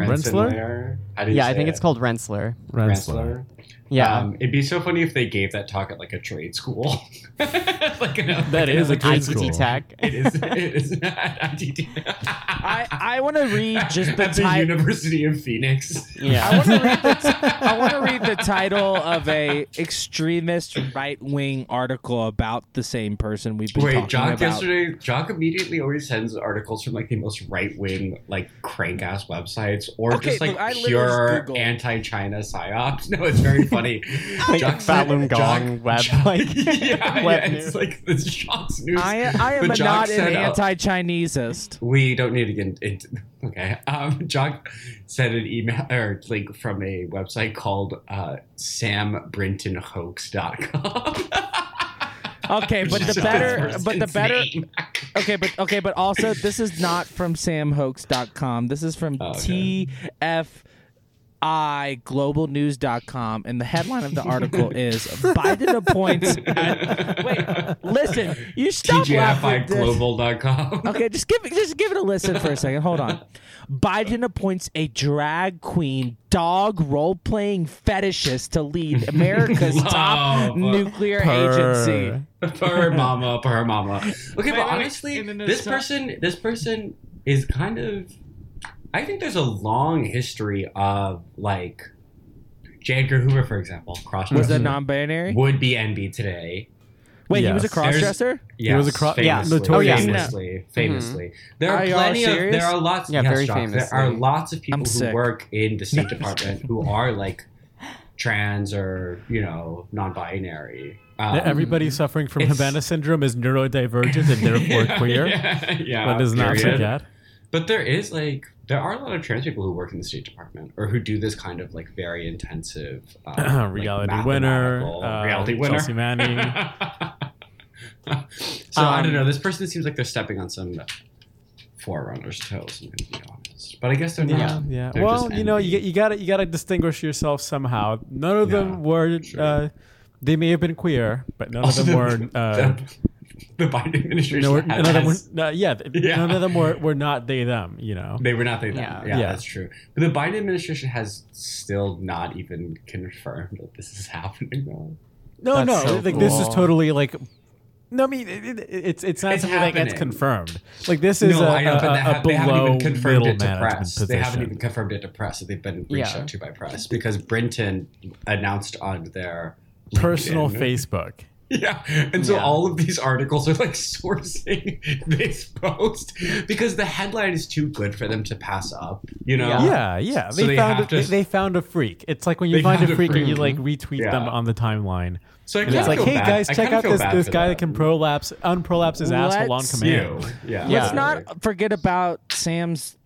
Speaker 3: Ren- Rensselaer?
Speaker 2: Rensselaer? How do you
Speaker 1: yeah, I
Speaker 2: say
Speaker 1: think
Speaker 2: it?
Speaker 1: it's called Rensler.
Speaker 3: Rensselaer.
Speaker 1: Yeah.
Speaker 2: Um, it'd be so funny if they gave that talk at like a trade school. like an,
Speaker 3: That is a trade
Speaker 1: ITT
Speaker 3: school.
Speaker 1: Tech.
Speaker 2: It is. It is not ITT.
Speaker 4: I I want to read just the
Speaker 2: at the
Speaker 4: title.
Speaker 2: University of Phoenix.
Speaker 4: I
Speaker 1: Yeah.
Speaker 4: want to read the t- I want to read the title of a extremist right wing article about the same person we've been
Speaker 2: Wait,
Speaker 4: talking
Speaker 2: Jock
Speaker 4: about.
Speaker 2: yesterday, Jock immediately always sends articles from like the most right wing, like crank ass websites or
Speaker 4: Okay,
Speaker 2: just like
Speaker 4: look, I literally just
Speaker 2: pure
Speaker 4: Googled.
Speaker 2: anti China psyops. No, it's very funny.
Speaker 1: Like
Speaker 2: Jock
Speaker 1: Falun Gong web, like,
Speaker 2: yeah,
Speaker 1: web
Speaker 2: yeah,
Speaker 1: news.
Speaker 2: it's like this Jock's news.
Speaker 4: I I am
Speaker 2: But Jock
Speaker 4: not an
Speaker 2: said, uh,
Speaker 4: anti-Chineseist.
Speaker 2: We don't need to get into. Okay. Um, Jock sent an email or link from a website called uh, sambrintonhoax.com.
Speaker 4: Okay, but the
Speaker 2: Just
Speaker 4: better,
Speaker 2: this
Speaker 4: but the
Speaker 2: person's
Speaker 4: better.
Speaker 2: name.
Speaker 4: Okay, but okay, but also this is not from samhoax.com. This is from
Speaker 2: Oh, okay.
Speaker 4: TFI globalnews.com and the headline of the article is Biden appoints at, Wait, listen. You stop laughing. at this.
Speaker 2: TGFIglobal.com.
Speaker 4: Okay, just give it, just give it a listen for a second. Hold on. Biden appoints a drag queen dog role playing fetishist to lead America's top
Speaker 2: Love.
Speaker 4: nuclear
Speaker 3: Purr.
Speaker 4: agency.
Speaker 2: per mama, per mama. Okay,
Speaker 3: wait,
Speaker 2: but
Speaker 3: wait.
Speaker 2: honestly,
Speaker 3: And then there's
Speaker 2: this
Speaker 3: some-
Speaker 2: person, this person is kind of. I think there's a long history of like, J. Edgar Hoover, for example, cross
Speaker 4: Was that non-binary?
Speaker 2: would be NB today.
Speaker 4: Wait, he was a
Speaker 3: Yes.
Speaker 4: crossdresser.
Speaker 2: Yes,
Speaker 3: was a cro-
Speaker 1: yeah,
Speaker 2: famously,
Speaker 3: notorious.
Speaker 2: famously, famously. There are,
Speaker 4: Are y'all
Speaker 2: plenty of
Speaker 4: serious?
Speaker 2: there are lots.
Speaker 1: Yeah,
Speaker 2: yes,
Speaker 1: very
Speaker 2: Josh,
Speaker 1: famously.
Speaker 2: There are lots of people
Speaker 4: I'm
Speaker 2: who
Speaker 4: sick.
Speaker 2: work in the State Department who are like trans or you know non-binary. Um,
Speaker 3: Yeah, Everybody suffering from
Speaker 2: It's-
Speaker 3: Havana syndrome is neurodivergent and therefore
Speaker 2: yeah,
Speaker 3: queer.
Speaker 2: Yeah, yeah,
Speaker 3: That is not so
Speaker 2: period.
Speaker 3: bad.
Speaker 2: But there is like there are a lot of trans people who work in the State Department or who do this kind of like very intensive um, like,
Speaker 3: reality winner,
Speaker 2: mathematical-
Speaker 3: uh,
Speaker 2: reality winner,
Speaker 3: Chelsea Manning. Um,
Speaker 2: so I don't
Speaker 1: Um,
Speaker 2: know. This person seems like they're stepping on some forerunners' toes. I'm gonna be honest. racist, but I guess they're not.
Speaker 3: Yeah, yeah.
Speaker 2: They're
Speaker 3: well,
Speaker 2: just
Speaker 3: you know, you,
Speaker 2: envy.
Speaker 3: get- you gotta you gotta distinguish yourself somehow. None of
Speaker 2: Yeah,
Speaker 3: them were.
Speaker 2: sure.
Speaker 3: Uh, they may have been queer, but none
Speaker 2: Also,
Speaker 3: of them were. Uh,
Speaker 2: the Biden administration.
Speaker 3: no, were-
Speaker 2: had
Speaker 3: none of them were
Speaker 2: us-
Speaker 3: no, yeah, th-
Speaker 2: Yeah.
Speaker 3: none of them were, were not they them. You know.
Speaker 2: They were not they them.
Speaker 1: Yeah.
Speaker 2: Yeah,
Speaker 3: Yeah.
Speaker 2: that's true. But the Biden administration has still not even confirmed that this is happening. Though.
Speaker 3: No,
Speaker 1: That's
Speaker 3: no,
Speaker 1: so
Speaker 3: like this is
Speaker 1: cool.
Speaker 3: totally like. No, I mean it, it, it's it's not
Speaker 2: It's
Speaker 3: something that gets
Speaker 2: happening.
Speaker 3: confirmed. Like this is
Speaker 2: no,
Speaker 3: a,
Speaker 2: I know, but
Speaker 3: a-
Speaker 2: they,
Speaker 3: a
Speaker 2: have, they haven't
Speaker 3: below
Speaker 2: even confirmed
Speaker 3: middle
Speaker 2: it to
Speaker 3: management
Speaker 2: press.
Speaker 3: position.
Speaker 2: They haven't even confirmed it to press. That they've been reached
Speaker 1: Yeah.
Speaker 2: out to by press because Brinton announced on their
Speaker 3: Personal
Speaker 2: LinkedIn.
Speaker 3: Facebook.
Speaker 2: Yeah, and so
Speaker 1: Yeah.
Speaker 2: all of these articles are like sourcing this post because the headline is too good for them to pass up. You know?
Speaker 1: Yeah.
Speaker 3: Yeah, yeah.
Speaker 2: So
Speaker 3: They,
Speaker 2: they
Speaker 3: found
Speaker 2: have to-
Speaker 3: they, they found a freak. It's like when you
Speaker 2: They
Speaker 3: find
Speaker 2: found
Speaker 3: a
Speaker 2: a
Speaker 3: freak, and you like
Speaker 1: freak.
Speaker 3: retweet
Speaker 2: Yeah.
Speaker 3: them on the timeline.
Speaker 2: So I
Speaker 3: And it's
Speaker 2: kinda
Speaker 3: like,
Speaker 2: feel
Speaker 3: hey
Speaker 2: bad-
Speaker 3: guys,
Speaker 2: I
Speaker 3: check
Speaker 2: kinda
Speaker 3: out
Speaker 2: feel
Speaker 3: this
Speaker 2: bad
Speaker 3: this
Speaker 2: for
Speaker 3: guy that can prolapse unprolapse his asshole on
Speaker 4: Let's-
Speaker 3: command.
Speaker 2: You. Yeah.
Speaker 3: Yeah.
Speaker 4: Let's not forget about Sam's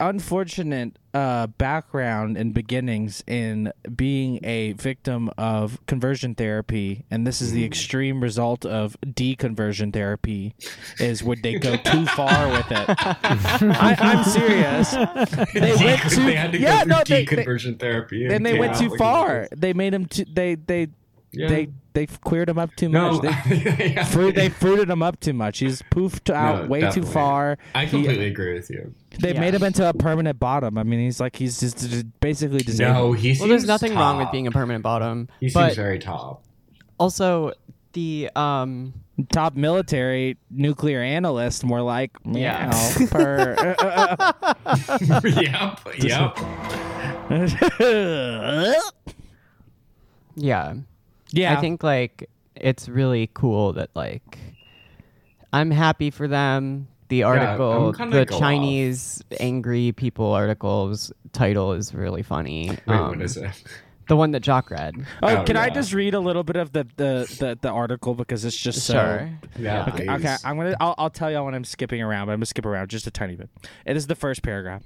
Speaker 4: unfortunate uh, background and beginnings in being a victim of conversion therapy, and this is
Speaker 2: Mm.
Speaker 4: the extreme result of deconversion therapy, is where they go too far with it. I, I'm serious. They went too.
Speaker 2: they had to
Speaker 4: yeah,
Speaker 2: go
Speaker 4: no,
Speaker 2: through
Speaker 4: they, they,
Speaker 2: deconversion therapy.
Speaker 4: then they
Speaker 2: came
Speaker 4: went
Speaker 2: out
Speaker 4: too
Speaker 2: looking
Speaker 4: far.
Speaker 2: like
Speaker 4: They made him too. They they
Speaker 2: Yeah.
Speaker 4: they they cleared him up too
Speaker 2: No,
Speaker 4: much. They,
Speaker 2: yeah.
Speaker 4: fru- they fruited him up too much. He's poofed out way
Speaker 2: definitely.
Speaker 4: too far.
Speaker 2: I
Speaker 4: He-
Speaker 2: completely agree with you.
Speaker 4: they
Speaker 1: Yeah.
Speaker 4: made him into a permanent bottom. I mean, he's like he's just, just basically disabled.
Speaker 2: No, he seems
Speaker 1: Well, there's nothing
Speaker 2: top.
Speaker 1: wrong with being a permanent bottom,
Speaker 2: He seems
Speaker 1: but
Speaker 2: very top.
Speaker 1: also the um
Speaker 4: Top military nuclear analyst, more like
Speaker 1: Yeah.
Speaker 4: meow, purr.
Speaker 2: yep, yep.
Speaker 1: yeah.
Speaker 4: uh, yeah,
Speaker 1: I think like it's really cool that like I'm happy for them. The
Speaker 2: I'm
Speaker 1: article,
Speaker 2: kinda
Speaker 1: the
Speaker 2: go off.
Speaker 1: Chinese angry people article's title is really funny.
Speaker 2: Wait,
Speaker 1: Um,
Speaker 2: what is it?
Speaker 1: The one that Jock read.
Speaker 4: Oh,
Speaker 2: Oh,
Speaker 4: can I
Speaker 2: yeah.
Speaker 4: just read a little bit of the the, the, the article because it's just so
Speaker 1: Sure.
Speaker 2: Yeah.
Speaker 4: Okay,
Speaker 2: please.
Speaker 4: okay, I'm gonna. I'll, I'll tell y'all when I'm skipping around, but I'm gonna skip around just a tiny bit. It is the first paragraph.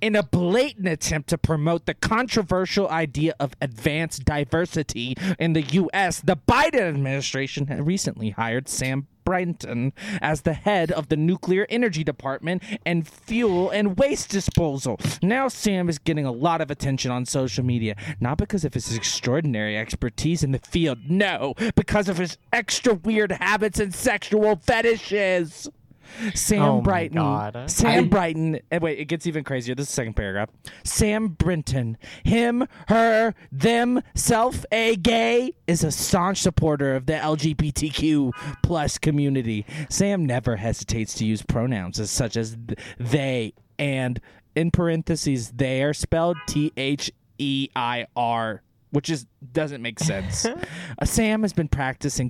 Speaker 4: In a blatant attempt to promote the controversial idea of advanced diversity in the U.S., the Biden administration had recently hired Sam Brenton as the head of the nuclear energy department and fuel and waste disposal. Now Sam is getting a lot of attention on social media, not because of his extraordinary expertise in the field, no, because of his extra weird habits and sexual fetishes. Sam
Speaker 1: Oh my
Speaker 4: Brighton.
Speaker 1: God.
Speaker 4: Sam
Speaker 2: I-
Speaker 4: Brighton. And wait, it gets even crazier. This is the second paragraph. Sam Brinton, him, her, them, self, a gay, is a staunch supporter of the LGBTQ plus community. Sam never hesitates to use pronouns as such as th- they and in parentheses they are spelled T H E I R which is doesn't make sense. Uh, Sam has been practicing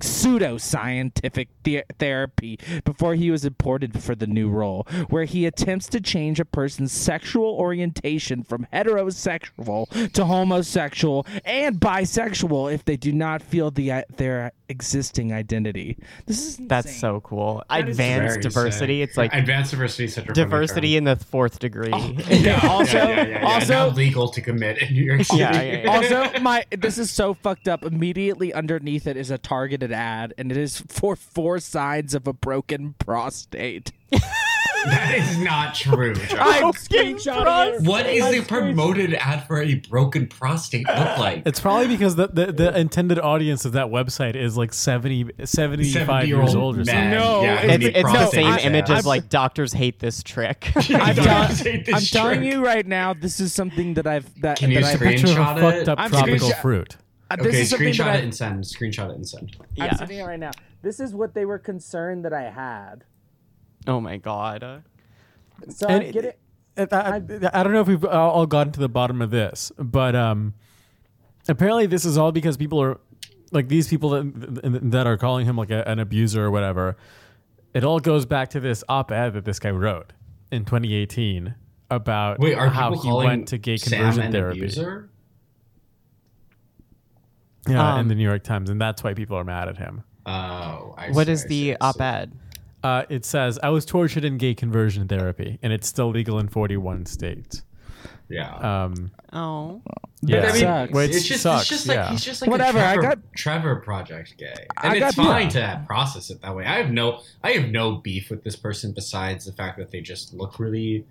Speaker 4: pseudoscientific the- therapy before he was imported for the new role, where he attempts to change a person's sexual orientation from heterosexual to homosexual and bisexual if they do not feel the uh, their existing identity. This is
Speaker 1: That's
Speaker 4: insane.
Speaker 1: so cool.
Speaker 2: Very
Speaker 1: Advanced diversity.
Speaker 2: sick.
Speaker 1: It's like
Speaker 2: advanced diversity is such a funny
Speaker 1: diversity
Speaker 2: term.
Speaker 1: in the fourth degree.
Speaker 2: Oh.
Speaker 4: yeah, also, also,
Speaker 2: now legal to commit in New York City.
Speaker 1: Yeah, yeah, yeah.
Speaker 4: also my this is so fucked up immediately underneath it is a targeted ad and it is for four signs of a broken prostate
Speaker 2: that is not true. Josh.
Speaker 4: i'm
Speaker 1: Broken
Speaker 4: screenshotting it.
Speaker 2: What is the promoted ad for a broken prostate look like?
Speaker 3: It's probably because the, the, the intended audience of that website is like 70, 75 years
Speaker 2: 70-year-old
Speaker 3: old or something.
Speaker 2: men.
Speaker 4: No,
Speaker 2: yeah, who
Speaker 1: it's,
Speaker 2: need
Speaker 1: it's the
Speaker 2: prostate
Speaker 1: same
Speaker 2: sex.
Speaker 1: image as like doctors hate this trick.
Speaker 4: i'm,
Speaker 2: Don't
Speaker 4: tell-
Speaker 2: take this
Speaker 4: I'm telling
Speaker 2: trick.
Speaker 4: you right now this is something that i've that,
Speaker 2: Can you
Speaker 4: that
Speaker 2: screen-
Speaker 4: I,
Speaker 3: Picture of a
Speaker 2: Screenshot
Speaker 3: fucked
Speaker 2: it.
Speaker 3: up
Speaker 4: I'm
Speaker 3: tropical
Speaker 4: screenshot-
Speaker 3: fruit.
Speaker 4: uh, this
Speaker 2: Okay,
Speaker 4: is something that
Speaker 2: screenshot it
Speaker 4: I,
Speaker 2: and send. Screenshot it and send.
Speaker 4: i'm
Speaker 1: yeah.
Speaker 4: sitting here right now this is what they were concerned that i had
Speaker 1: Oh my god.
Speaker 4: so
Speaker 3: And
Speaker 4: i
Speaker 3: it-
Speaker 4: get it
Speaker 3: I, I, I don't know if we've all all gotten to the bottom of this, but um, apparently this is all because people are like these people that, that are calling him like a, an abuser or whatever. It all goes back to this op-ed that this guy wrote in 2018 about
Speaker 2: Wait, are
Speaker 3: how
Speaker 2: people
Speaker 3: he
Speaker 2: calling
Speaker 3: went to gay
Speaker 2: Sam
Speaker 3: conversion
Speaker 2: an
Speaker 3: therapy.
Speaker 2: abuser?
Speaker 3: Yeah, in
Speaker 1: Um,
Speaker 3: the New York Times, and that's why people are mad at him.
Speaker 2: Oh, I
Speaker 1: What
Speaker 2: see,
Speaker 1: is
Speaker 2: I see,
Speaker 1: the
Speaker 2: I see.
Speaker 1: op-ed?
Speaker 3: Uh, it says, "I was tortured in gay conversion therapy, and it's still legal in 41 states."
Speaker 2: Yeah.
Speaker 3: Um,
Speaker 1: Oh.
Speaker 3: yeah,
Speaker 4: I mean, sucks.
Speaker 3: Which
Speaker 2: it's just,
Speaker 3: sucks,
Speaker 2: it's just like
Speaker 3: yeah.
Speaker 2: he's just like
Speaker 4: Whatever,
Speaker 2: A
Speaker 4: I
Speaker 2: Trevor,
Speaker 4: got-
Speaker 2: Trevor Project gay,
Speaker 4: I
Speaker 2: and it's
Speaker 4: got-
Speaker 2: fine to process it that way. I have no, I have no beef with this person besides the fact that they just look really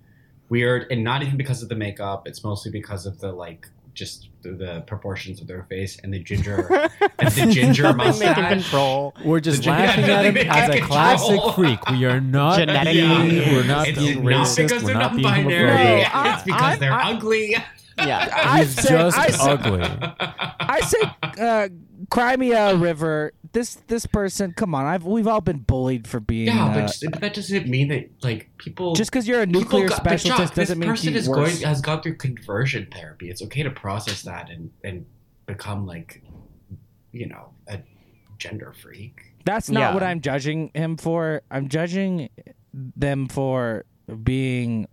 Speaker 2: weird, and not even because of the makeup. It's mostly because of the like just the, the proportions of their face and the ginger and the ginger
Speaker 1: They make it
Speaker 2: mustache.
Speaker 1: control.
Speaker 3: We're just
Speaker 2: The gen-
Speaker 3: laughing
Speaker 2: yeah,
Speaker 3: at him
Speaker 2: they
Speaker 3: as a
Speaker 2: make it
Speaker 3: classic
Speaker 2: control.
Speaker 3: freak. We are not
Speaker 1: Genetic-
Speaker 3: being, we're not
Speaker 2: it's
Speaker 3: being
Speaker 2: not
Speaker 3: racist.
Speaker 2: because
Speaker 3: we're
Speaker 2: they're not
Speaker 3: not being
Speaker 2: binary.
Speaker 3: homophobic.
Speaker 1: No, I-
Speaker 2: it's because
Speaker 1: I-
Speaker 2: they're
Speaker 1: I-
Speaker 2: ugly.
Speaker 1: Yeah.
Speaker 4: I
Speaker 3: He's
Speaker 4: say,
Speaker 3: just
Speaker 4: I say,
Speaker 3: ugly.
Speaker 4: I say uh, Crimea River. This this person, come on. I've we've all been bullied for being.
Speaker 2: Yeah,
Speaker 4: uh,
Speaker 2: but, just, but that doesn't mean that like people
Speaker 4: just because you're a
Speaker 2: people
Speaker 4: nuclear
Speaker 2: got- but
Speaker 4: specialist
Speaker 2: Jock, this
Speaker 4: doesn't mean
Speaker 2: person
Speaker 4: you
Speaker 2: is
Speaker 4: worse.
Speaker 2: going has gone through conversion therapy. It's okay to process that and and become like you know a gender freak.
Speaker 4: That's not
Speaker 1: Yeah.
Speaker 4: what I'm judging him for. I'm judging them for being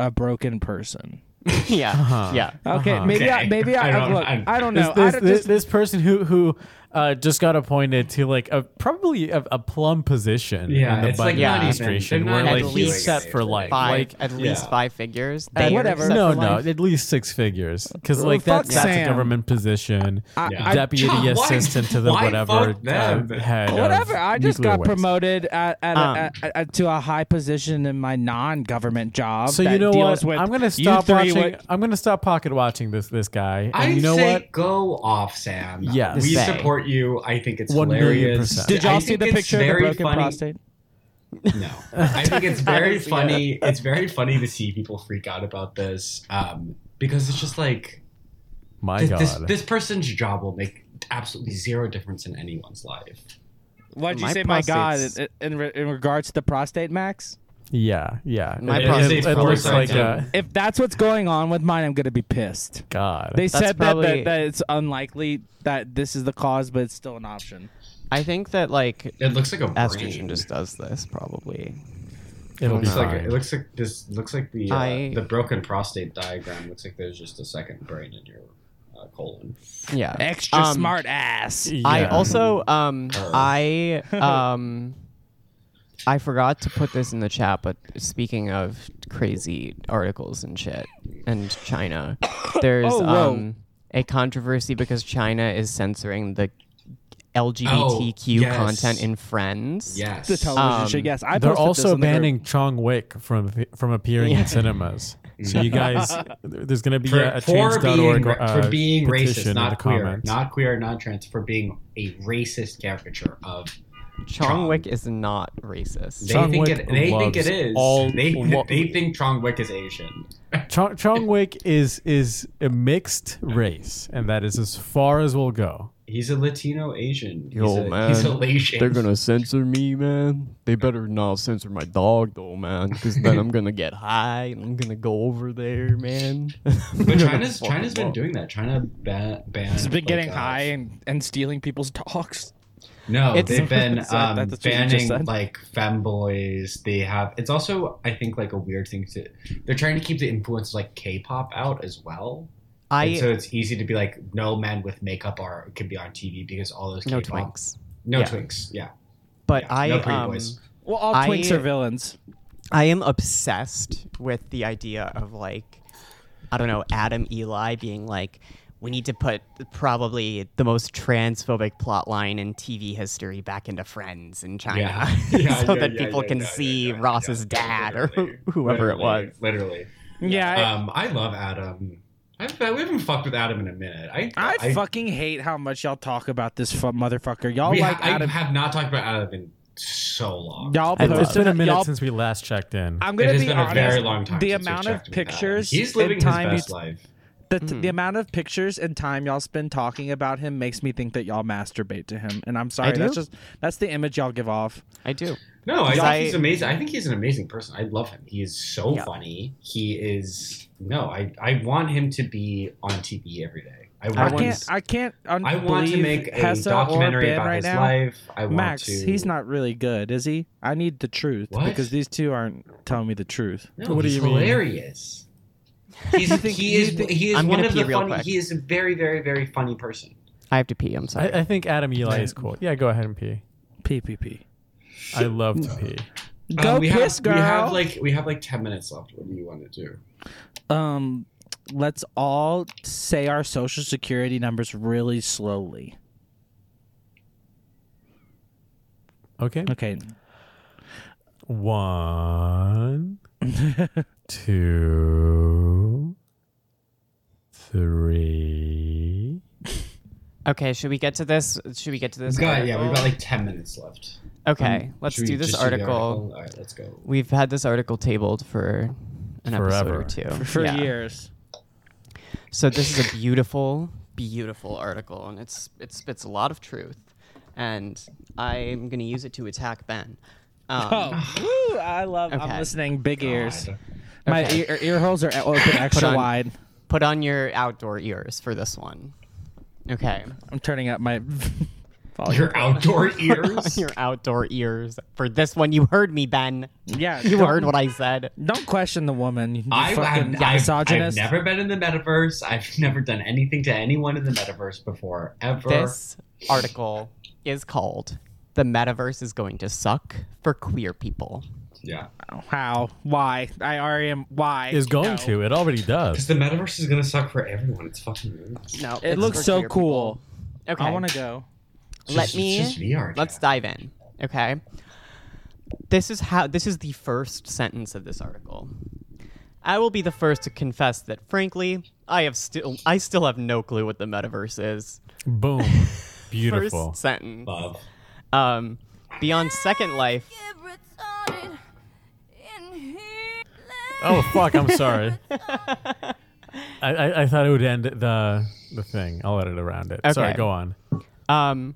Speaker 4: a broken person.
Speaker 1: Yeah.
Speaker 3: Uh-huh.
Speaker 1: Yeah.
Speaker 4: Okay,
Speaker 3: Uh-huh.
Speaker 4: maybe I
Speaker 2: Okay.
Speaker 4: maybe I,
Speaker 2: I don't-
Speaker 4: look.
Speaker 2: I'm-
Speaker 4: I don't
Speaker 3: This,
Speaker 4: know. I
Speaker 3: this,
Speaker 4: don't
Speaker 3: this,
Speaker 4: just,
Speaker 3: this person who who uh, just got appointed to like a probably a, a plum position
Speaker 2: Yeah,
Speaker 3: in the
Speaker 2: it's like
Speaker 3: Biden
Speaker 1: not even-
Speaker 3: administration,
Speaker 2: they're
Speaker 3: where
Speaker 2: not
Speaker 3: like
Speaker 1: even doing
Speaker 3: he's set
Speaker 2: it.
Speaker 3: for life.
Speaker 1: Five,
Speaker 3: Like
Speaker 1: at least
Speaker 2: yeah.
Speaker 1: five figures.
Speaker 4: At
Speaker 1: They are
Speaker 4: whatever.
Speaker 1: set
Speaker 3: no,
Speaker 1: for
Speaker 3: no,
Speaker 1: life.
Speaker 3: at least six figures because
Speaker 4: Well,
Speaker 3: like
Speaker 4: fuck
Speaker 3: that's that's a
Speaker 4: Sam.
Speaker 3: government position,
Speaker 4: I-
Speaker 2: Yeah.
Speaker 4: I-
Speaker 3: deputy
Speaker 2: John, why-
Speaker 3: assistant to the
Speaker 2: why
Speaker 3: whatever
Speaker 2: fuck them?
Speaker 3: uh, head. of
Speaker 4: whatever. I just
Speaker 3: nuclear
Speaker 4: got
Speaker 3: waste.
Speaker 4: promoted at, at,
Speaker 1: Um,
Speaker 4: at, at, to a high position in my non-government job.
Speaker 3: So you
Speaker 4: that
Speaker 3: know
Speaker 4: deals
Speaker 3: what?
Speaker 4: With
Speaker 3: I'm
Speaker 4: you
Speaker 3: gonna stop
Speaker 4: three
Speaker 3: watching.
Speaker 4: would-
Speaker 3: I'm gonna stop pocket watching this this guy. And
Speaker 2: I
Speaker 3: you know
Speaker 2: say
Speaker 3: what?
Speaker 2: go off, Sam.
Speaker 3: Yes.
Speaker 2: we
Speaker 1: Say.
Speaker 2: support you. I think it's
Speaker 3: One million
Speaker 2: hilarious.
Speaker 3: percent.
Speaker 4: Did
Speaker 2: I
Speaker 4: y'all see
Speaker 2: think
Speaker 4: the
Speaker 2: it's
Speaker 4: picture of the
Speaker 2: very
Speaker 4: broken
Speaker 2: funny-
Speaker 4: prostate?
Speaker 2: No, I think it's very
Speaker 1: Honestly,
Speaker 2: funny. It's very funny to see people freak out about this um, because it's just like
Speaker 3: My
Speaker 2: this,
Speaker 3: God.
Speaker 2: this, this person's job will make absolutely zero difference in anyone's life.
Speaker 4: Why'd you
Speaker 1: My
Speaker 4: say, my God,
Speaker 1: prostate's-
Speaker 4: in, in, re- in regards to the prostate, Max?
Speaker 3: yeah, yeah.
Speaker 1: My
Speaker 3: it,
Speaker 1: prostate's
Speaker 3: it, it
Speaker 1: probably
Speaker 3: looks like
Speaker 2: broken.
Speaker 3: a
Speaker 4: If that's what's going on with mine, I'm going to be pissed.
Speaker 3: God.
Speaker 4: They
Speaker 1: That's
Speaker 4: said that,
Speaker 1: probably-
Speaker 4: that, that it's unlikely that this is the cause, but it's still an option.
Speaker 1: I think that like
Speaker 2: It looks like a
Speaker 1: estrogen
Speaker 2: brain.
Speaker 1: just does this probably.
Speaker 3: It'll be
Speaker 2: Looks like
Speaker 3: fine.
Speaker 2: it looks like this looks like the uh,
Speaker 1: I-
Speaker 2: the broken prostate diagram looks like there's just a second brain in your uh, colon.
Speaker 1: Yeah.
Speaker 4: Extra
Speaker 1: Um,
Speaker 4: smart ass.
Speaker 1: I
Speaker 3: Yeah.
Speaker 1: also um
Speaker 2: Uh.
Speaker 1: I um I forgot to put this in the chat, but speaking of crazy articles and shit and China, there's
Speaker 4: Oh, whoa.
Speaker 1: um a controversy because China is censoring the LGBTQ
Speaker 2: Oh, yes.
Speaker 1: content in Friends.
Speaker 2: Yes.
Speaker 4: The television
Speaker 1: Um,
Speaker 4: show. Yes, I
Speaker 3: They're
Speaker 4: posted this
Speaker 3: also
Speaker 4: in the group.
Speaker 3: banning Chong Wick from from appearing
Speaker 1: Yeah.
Speaker 3: in cinemas. So you guys, there- there's going to be
Speaker 2: For,
Speaker 3: a, a
Speaker 2: for being,
Speaker 3: change.org
Speaker 2: ra-
Speaker 3: uh,
Speaker 2: for being
Speaker 3: petition
Speaker 2: racist,
Speaker 3: in
Speaker 2: not
Speaker 3: the
Speaker 2: queer,
Speaker 3: comments.
Speaker 2: not queer, not trans, for being a racist caricature of.
Speaker 1: Chong Wick is not racist.
Speaker 2: They
Speaker 3: Chong
Speaker 2: think
Speaker 3: Wick
Speaker 2: it. They think it
Speaker 3: loves
Speaker 2: is.
Speaker 3: all-
Speaker 2: they,
Speaker 3: lo-
Speaker 2: they think Chong Wick is Asian.
Speaker 3: Chong, Chong Wick is is a mixed race, and that is as far as we'll go.
Speaker 2: He's a Latino Asian. He's
Speaker 1: Yo,
Speaker 2: a,
Speaker 1: man.
Speaker 2: He's a Asian.
Speaker 1: They're gonna censor me, man. They better not censor my dog, though, man, because then I'm gonna get high and I'm gonna go over there, man.
Speaker 2: But China's China's been doing that. China ban banned.
Speaker 4: It's been getting
Speaker 2: like, uh,
Speaker 4: high and, and stealing people's dogs.
Speaker 2: No,
Speaker 1: It's-
Speaker 2: they've been
Speaker 4: That's-
Speaker 2: um,
Speaker 4: that's what you just
Speaker 2: banning
Speaker 4: said.
Speaker 2: like femboys. They have. It's also, I think, like a weird thing to. They're trying to keep the influence of, like K-pop out as well, and so
Speaker 1: I
Speaker 2: it's easy to be like, no men with makeup are can be on TV because all those
Speaker 1: no
Speaker 2: K-pop-
Speaker 1: twinks,
Speaker 2: no
Speaker 1: Yeah.
Speaker 2: twinks, yeah,
Speaker 1: but
Speaker 2: yeah,
Speaker 1: I
Speaker 2: no pretty
Speaker 1: um,
Speaker 2: boys.
Speaker 4: Well, all
Speaker 1: I-
Speaker 4: twinks are villains.
Speaker 1: I am obsessed with the idea of like, I don't know, Adam Eli being like, we need to put probably the most transphobic plot line in TV history back into Friends in China,
Speaker 2: Yeah. Yeah,
Speaker 1: so
Speaker 2: yeah,
Speaker 1: that
Speaker 2: yeah,
Speaker 1: people
Speaker 2: yeah,
Speaker 1: can
Speaker 2: yeah, yeah,
Speaker 1: see
Speaker 2: yeah, yeah,
Speaker 1: Ross's
Speaker 2: yeah,
Speaker 1: dad
Speaker 2: literally,
Speaker 1: or whoever it
Speaker 2: literally,
Speaker 1: was.
Speaker 2: Literally,
Speaker 4: Yeah, I-
Speaker 2: um, I love Adam. I, we haven't fucked with Adam in a minute. I
Speaker 4: I, fucking hate how much y'all talk about this fu- motherfucker. Y'all
Speaker 2: we ha-
Speaker 4: like Adam.
Speaker 2: I have not talked about Adam in so long.
Speaker 4: y'all
Speaker 1: I love-
Speaker 3: It's
Speaker 4: posted
Speaker 3: been a minute
Speaker 4: y'all-
Speaker 3: since we last checked in.
Speaker 4: I'm
Speaker 2: It
Speaker 4: gonna
Speaker 2: has
Speaker 4: be
Speaker 2: been
Speaker 4: honest.
Speaker 2: a very long time.
Speaker 4: the
Speaker 2: since we
Speaker 4: amount of
Speaker 2: checked with Adam.
Speaker 4: pictures
Speaker 2: He's living
Speaker 4: and time
Speaker 2: his
Speaker 4: you-
Speaker 2: best life.
Speaker 4: The, t-
Speaker 2: Hmm.
Speaker 4: the amount of pictures and time y'all spend talking about him makes me think that y'all masturbate to him, and I'm sorry.
Speaker 1: do?
Speaker 4: That's just that's the image y'all give off.
Speaker 1: I do.
Speaker 2: No, I
Speaker 1: Because
Speaker 2: think
Speaker 1: I-
Speaker 2: he's amazing. I think he's an amazing person. I love him. He is so
Speaker 1: Yeah.
Speaker 2: funny. He is no. I I want him to be on TV every day. I
Speaker 4: I,
Speaker 2: want.
Speaker 4: can't. I can't. Un-
Speaker 2: I want to
Speaker 4: believe
Speaker 2: make a
Speaker 4: Hessa or
Speaker 2: documentary
Speaker 4: Ben
Speaker 2: about
Speaker 4: right
Speaker 2: his
Speaker 4: now.
Speaker 2: life. I want
Speaker 4: Max,
Speaker 2: to.
Speaker 4: he's not really good, is he? I need the truth
Speaker 2: What?
Speaker 4: because these two aren't telling me the truth.
Speaker 2: No,
Speaker 3: What do
Speaker 2: he's
Speaker 3: you mean?
Speaker 2: hilarious. He's,
Speaker 4: think-
Speaker 2: he
Speaker 4: you
Speaker 2: is
Speaker 4: think-
Speaker 2: he is
Speaker 1: I'm
Speaker 2: one
Speaker 1: gonna
Speaker 2: of
Speaker 1: pee
Speaker 2: the
Speaker 1: real
Speaker 2: funny.
Speaker 1: quick.
Speaker 2: He is a very very very funny person.
Speaker 1: I have to pee. I'm sorry.
Speaker 3: I, I think Adam Eli is cool. Yeah, go ahead and pee.
Speaker 4: PPP.
Speaker 3: I love to pee.
Speaker 4: Go
Speaker 2: Uh, we
Speaker 4: piss,
Speaker 2: have,
Speaker 4: girl.
Speaker 2: We have like we have like ten minutes left. What do you want to do?
Speaker 4: um, let's all say our social security numbers really slowly.
Speaker 3: Okay.
Speaker 4: Okay.
Speaker 3: One, two, three.
Speaker 1: Okay, should we get to this? Should we get to this?
Speaker 2: God, yeah,
Speaker 1: article?
Speaker 2: we've got like ten minutes left.
Speaker 1: okay,
Speaker 2: Um,
Speaker 1: let's
Speaker 2: should we
Speaker 1: do this
Speaker 2: just
Speaker 1: article.
Speaker 2: the article. All right, let's go.
Speaker 1: We've had this article tabled for an episode or
Speaker 3: Forever.
Speaker 1: two.
Speaker 4: for, for
Speaker 1: Yeah.
Speaker 4: years.
Speaker 1: So this is a beautiful, beautiful article, and it's it spits a lot of truth, and I'm gonna use it to attack Ben. Um,
Speaker 4: Oh, woo, I love.
Speaker 1: Okay.
Speaker 4: I'm listening. Big ears.
Speaker 2: God.
Speaker 4: My
Speaker 1: Okay.
Speaker 4: ear, ear holes are open extra
Speaker 1: on-
Speaker 4: wide.
Speaker 1: Put on your outdoor ears for this one. Okay.
Speaker 4: I'm turning up my. volume.
Speaker 2: Oh, Your outdoor
Speaker 1: Put on
Speaker 2: ears.
Speaker 1: your outdoor ears for this one. You heard me, Ben.
Speaker 4: yeah,
Speaker 1: You
Speaker 4: don't-
Speaker 1: heard what I said.
Speaker 4: Don't question the woman. You
Speaker 2: I,
Speaker 4: fucking
Speaker 2: have I've, I've
Speaker 4: misogynist.
Speaker 2: never been in the metaverse. I've never done anything to anyone in the metaverse before, ever.
Speaker 1: This article is called "The Metaverse is Going to Suck for Queer People."
Speaker 2: Yeah.
Speaker 4: How? Why? I already am. Why?
Speaker 3: Is going
Speaker 4: No.
Speaker 3: to. It already does.
Speaker 2: Because the metaverse is going to suck for everyone. It's fucking weird. It's
Speaker 1: No,
Speaker 4: It
Speaker 1: it's
Speaker 4: looks
Speaker 1: for
Speaker 4: so
Speaker 1: queer
Speaker 4: cool.
Speaker 1: people. Okay.
Speaker 4: I want to go.
Speaker 2: just-
Speaker 1: Let
Speaker 2: it's
Speaker 1: me-
Speaker 2: just VR.
Speaker 1: Let's
Speaker 2: chat.
Speaker 1: dive in. Okay. This is how this is the first sentence of this article. I will be the first to confess that frankly, I have still I still have no clue what the metaverse is.
Speaker 3: Boom. Beautiful.
Speaker 1: First sentence.
Speaker 2: Love.
Speaker 1: Um beyond Second Life.
Speaker 3: Oh fuck! I'm sorry. I, I, I thought it would end the the thing. I'll edit around it. Sorry.
Speaker 1: Okay.
Speaker 3: Go on.
Speaker 1: Um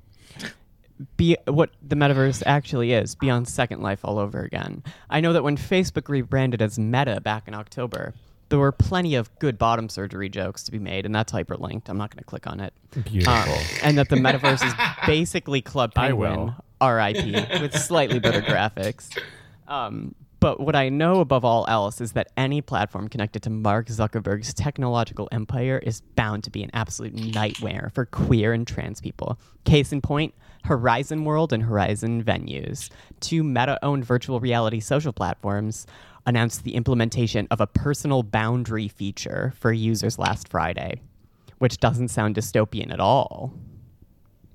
Speaker 1: be what the metaverse actually is beyond Second Life all over again. I know that when Facebook rebranded as Meta back in October, there were plenty of good bottom surgery jokes to be made, and that's hyperlinked. I'm not going to click on it.
Speaker 3: Beautiful.
Speaker 1: Um, and that the metaverse is basically Club
Speaker 3: I
Speaker 1: Penguin,
Speaker 3: will.
Speaker 1: R.I.P., with slightly better graphics. Um, but what I know above all else is that any platform connected to Mark Zuckerberg's technological empire is bound to be an absolute nightmare for queer and trans people. Case in point, Horizon World and Horizon Venues, two meta owned virtual reality social platforms, announced the implementation of a personal boundary feature for users last Friday which doesn't sound dystopian at all.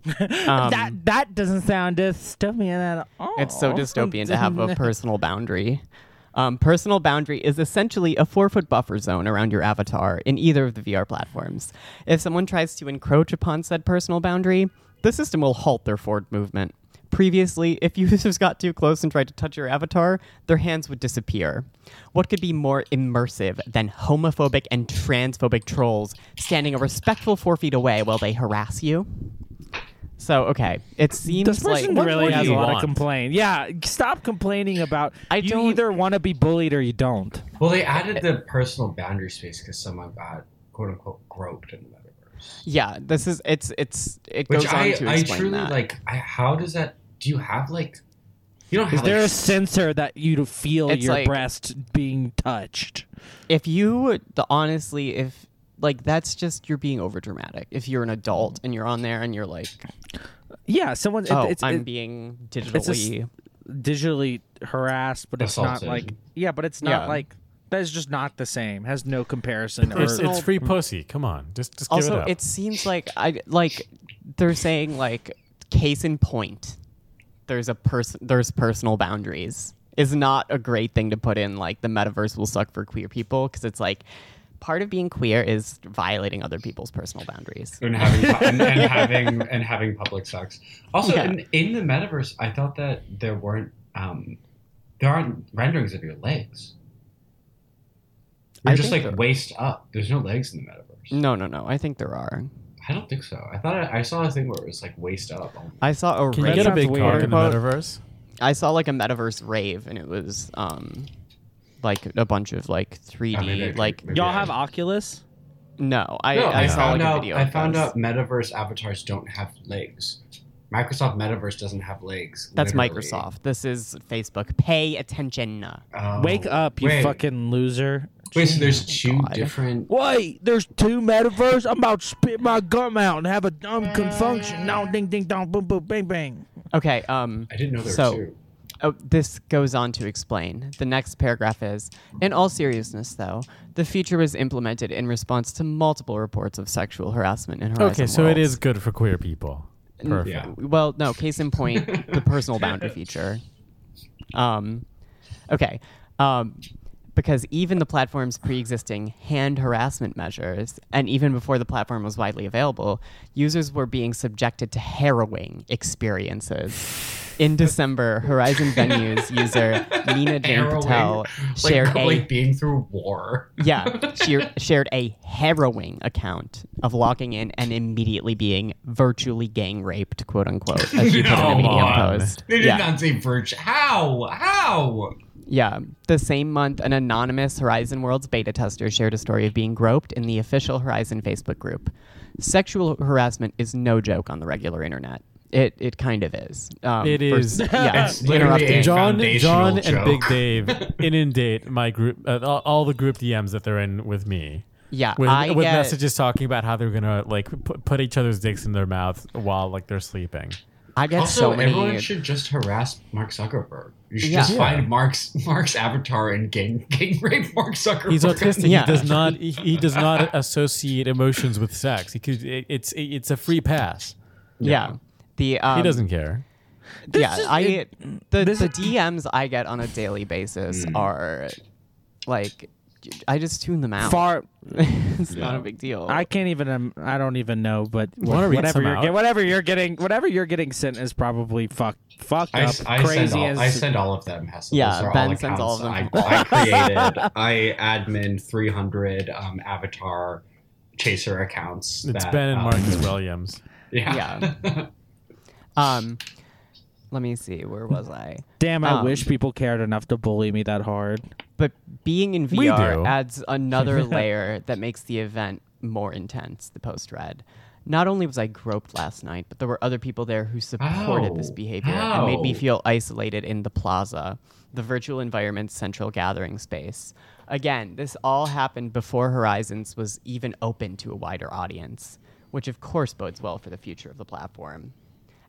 Speaker 1: Um,
Speaker 4: that that doesn't sound dystopian at all.
Speaker 1: It's so dystopian to have a personal boundary. Um, personal boundary is essentially a four foot buffer zone around your avatar in either of the VR platforms. If someone tries to encroach upon said personal boundary, the system will halt their forward movement. Previously, if users got too close and tried to touch your avatar, their hands would disappear. What could be more immersive than homophobic and transphobic trolls standing a respectful four feet away while they harass you? So, okay, it seems
Speaker 4: This person
Speaker 1: like
Speaker 4: really
Speaker 3: more
Speaker 4: has
Speaker 3: do
Speaker 4: a
Speaker 3: you
Speaker 4: lot
Speaker 3: want?
Speaker 4: of complaint. Yeah, stop complaining about.
Speaker 1: I
Speaker 4: you
Speaker 1: don't-
Speaker 4: either want to be bullied or you don't.
Speaker 2: Well, they added the personal boundary space because someone got quote unquote groped in the metaverse.
Speaker 1: Yeah, this is it's it's it
Speaker 2: Which
Speaker 1: goes on
Speaker 2: I,
Speaker 1: to
Speaker 2: I
Speaker 1: explain
Speaker 2: truly
Speaker 1: that.
Speaker 2: like. I, how does that? Do you have like? You don't have.
Speaker 4: Is there
Speaker 2: like,
Speaker 4: a sensor that you feel
Speaker 1: It's
Speaker 4: your
Speaker 1: like-
Speaker 4: breast being touched?
Speaker 1: if you the, honestly, if like that's just you're being overdramatic. If you're an adult and you're on there and you're like,
Speaker 4: Yeah, someone. it-
Speaker 1: oh,
Speaker 4: it's,
Speaker 1: I'm
Speaker 4: it-
Speaker 1: being
Speaker 4: it's a s-
Speaker 1: digitally.
Speaker 4: digitally harassed, but it's
Speaker 2: Assaulted.
Speaker 4: not like. Yeah, but it's not
Speaker 1: Yeah.
Speaker 4: like. That is just not the same. Has no comparison. Or,
Speaker 3: it's, it's free pussy. Come on. Just just give
Speaker 1: also,
Speaker 3: it up.
Speaker 1: it, seems like I like they're saying like case in point. There's a person. There's personal boundaries. Is not a great thing to put in. Like the metaverse will suck for queer people because it's like part of being queer is violating other people's personal boundaries.
Speaker 2: and having and, and having and having public sex. Also,
Speaker 1: Yeah.
Speaker 2: in, in the metaverse, I thought that there weren't um, there aren't renderings of your legs.
Speaker 1: I
Speaker 2: You're just
Speaker 1: think
Speaker 2: like
Speaker 1: there-
Speaker 2: waist up. There's no legs in the metaverse.
Speaker 1: No, no, no. I think there are.
Speaker 2: I don't think so. I thought I, I saw a thing where it was like waist up. only.
Speaker 1: I saw a
Speaker 3: Can you
Speaker 1: rave.
Speaker 3: get a
Speaker 4: sounds
Speaker 3: big
Speaker 4: weird.
Speaker 3: cock in the
Speaker 1: Quote,
Speaker 3: metaverse?
Speaker 1: I saw like a metaverse rave, and it was um, like a bunch of like
Speaker 2: Oh, maybe I
Speaker 1: 3D.
Speaker 2: could-
Speaker 1: Like
Speaker 2: maybe
Speaker 4: y'all
Speaker 2: I-
Speaker 4: have Oculus?
Speaker 1: no, I,
Speaker 2: No,
Speaker 1: I, saw
Speaker 2: found
Speaker 1: like a
Speaker 2: out.
Speaker 1: video.
Speaker 2: I
Speaker 1: of
Speaker 2: found
Speaker 1: this.
Speaker 2: out metaverse avatars don't have legs. Microsoft Metaverse doesn't have legs.
Speaker 1: That's
Speaker 2: literally.
Speaker 1: Microsoft. This is Facebook. Pay attention.
Speaker 2: Oh,
Speaker 4: Wake up, you
Speaker 2: wait.
Speaker 4: fucking loser.
Speaker 2: Wait, so there's two
Speaker 1: Oh God.
Speaker 2: different.
Speaker 4: Wait, there's two metaverse. I'm about to spit my gum out and have a dumb confunction. No, ding, ding, dong, boom, boom, bang, bang.
Speaker 1: Okay. Um.
Speaker 2: I didn't know there
Speaker 1: So-
Speaker 2: were two.
Speaker 1: Oh, this goes on to explain. The next paragraph is In all seriousness, though, the feature was implemented in response to multiple reports of sexual harassment in Horizon
Speaker 3: Okay, so it
Speaker 1: Worlds.
Speaker 3: is good for queer people. Perfect.
Speaker 2: Yeah.
Speaker 1: Well, no. Case in point, the personal boundary feature. Um, okay. Um, because even the platform's pre-existing hand harassment measures and even before the platform was widely available users were being subjected to harrowing experiences in december horizon venues user nina jane
Speaker 2: Harrowing.
Speaker 1: patel shared
Speaker 2: like,
Speaker 1: a
Speaker 2: like being through war.
Speaker 1: yeah, she shared a harrowing account of logging in and immediately being virtually gang raped, quote unquote, as she put in a
Speaker 2: Come
Speaker 1: Medium
Speaker 2: on.
Speaker 1: post.
Speaker 2: They did
Speaker 1: yeah,
Speaker 2: not say virtue. How? How?
Speaker 1: yeah. The same month, an anonymous Horizon Worlds beta tester shared a story of being groped in the official Horizon Facebook group. Sexual harassment is no joke on the regular internet. It it kind of is. Um,
Speaker 3: It is.
Speaker 1: Yeah,
Speaker 2: It's literally a
Speaker 3: John,
Speaker 2: foundational
Speaker 3: John, and
Speaker 2: joke.
Speaker 3: Big Dave inundate my group, uh, all all the group DMs that they're in with me.
Speaker 1: Yeah,
Speaker 3: with,
Speaker 1: I
Speaker 3: with
Speaker 1: get-
Speaker 3: messages talking about how they're gonna like put, put each other's dicks in their mouth while like they're sleeping.
Speaker 1: I get
Speaker 2: also,
Speaker 1: so many.
Speaker 2: everyone should just harass Mark Zuckerberg. You should
Speaker 1: Yeah.
Speaker 2: just
Speaker 1: Yeah.
Speaker 2: find Mark's Mark's avatar and gang gang rape Mark Zuckerberg.
Speaker 3: He's autistic.
Speaker 1: Yeah.
Speaker 3: He does not. He, he does not associate emotions with sex. He could. It, it's it's a free pass.
Speaker 1: yeah. The um,
Speaker 3: He doesn't care.
Speaker 1: yeah,
Speaker 4: is-
Speaker 1: I
Speaker 4: it-
Speaker 1: get the, the DMs I get on a daily basis are like I just tune them out.
Speaker 4: Far,
Speaker 1: it's not a big deal.
Speaker 4: I can't even. Um, I don't even know. But
Speaker 3: Wanna read
Speaker 4: whatever
Speaker 3: some
Speaker 4: you're,
Speaker 3: out?
Speaker 4: get, whatever you're getting, whatever you're getting sent is probably fuck, fucked
Speaker 2: I,
Speaker 4: up,
Speaker 2: s- I
Speaker 4: crazy
Speaker 2: send all,
Speaker 4: as
Speaker 2: I send all of them. Hessel. Those
Speaker 1: Yeah,
Speaker 2: are
Speaker 1: Ben
Speaker 2: all
Speaker 1: sends all of
Speaker 2: accounts
Speaker 1: them.
Speaker 2: I, I created. I admin 300 um, avatar chaser accounts.
Speaker 3: It's
Speaker 2: that,
Speaker 3: Ben and
Speaker 2: um,
Speaker 3: Marcus Williams.
Speaker 2: Yeah.
Speaker 1: um let me see, where was I?
Speaker 4: Damn, I
Speaker 1: Um,
Speaker 4: wish people cared enough to bully me that hard.
Speaker 1: But being in
Speaker 3: We
Speaker 1: VR
Speaker 3: do.
Speaker 1: adds another layer that makes the event more intense, the post read. Not only was I groped last night, but there were other people there who supported this
Speaker 3: Oh,
Speaker 2: Ow.
Speaker 1: behavior and made me
Speaker 2: Ow.
Speaker 1: feel isolated in the plaza, the virtual environment's central gathering space. Again, this all happened before Horizons was even open to a wider audience, which of course bodes well for the future of the platform.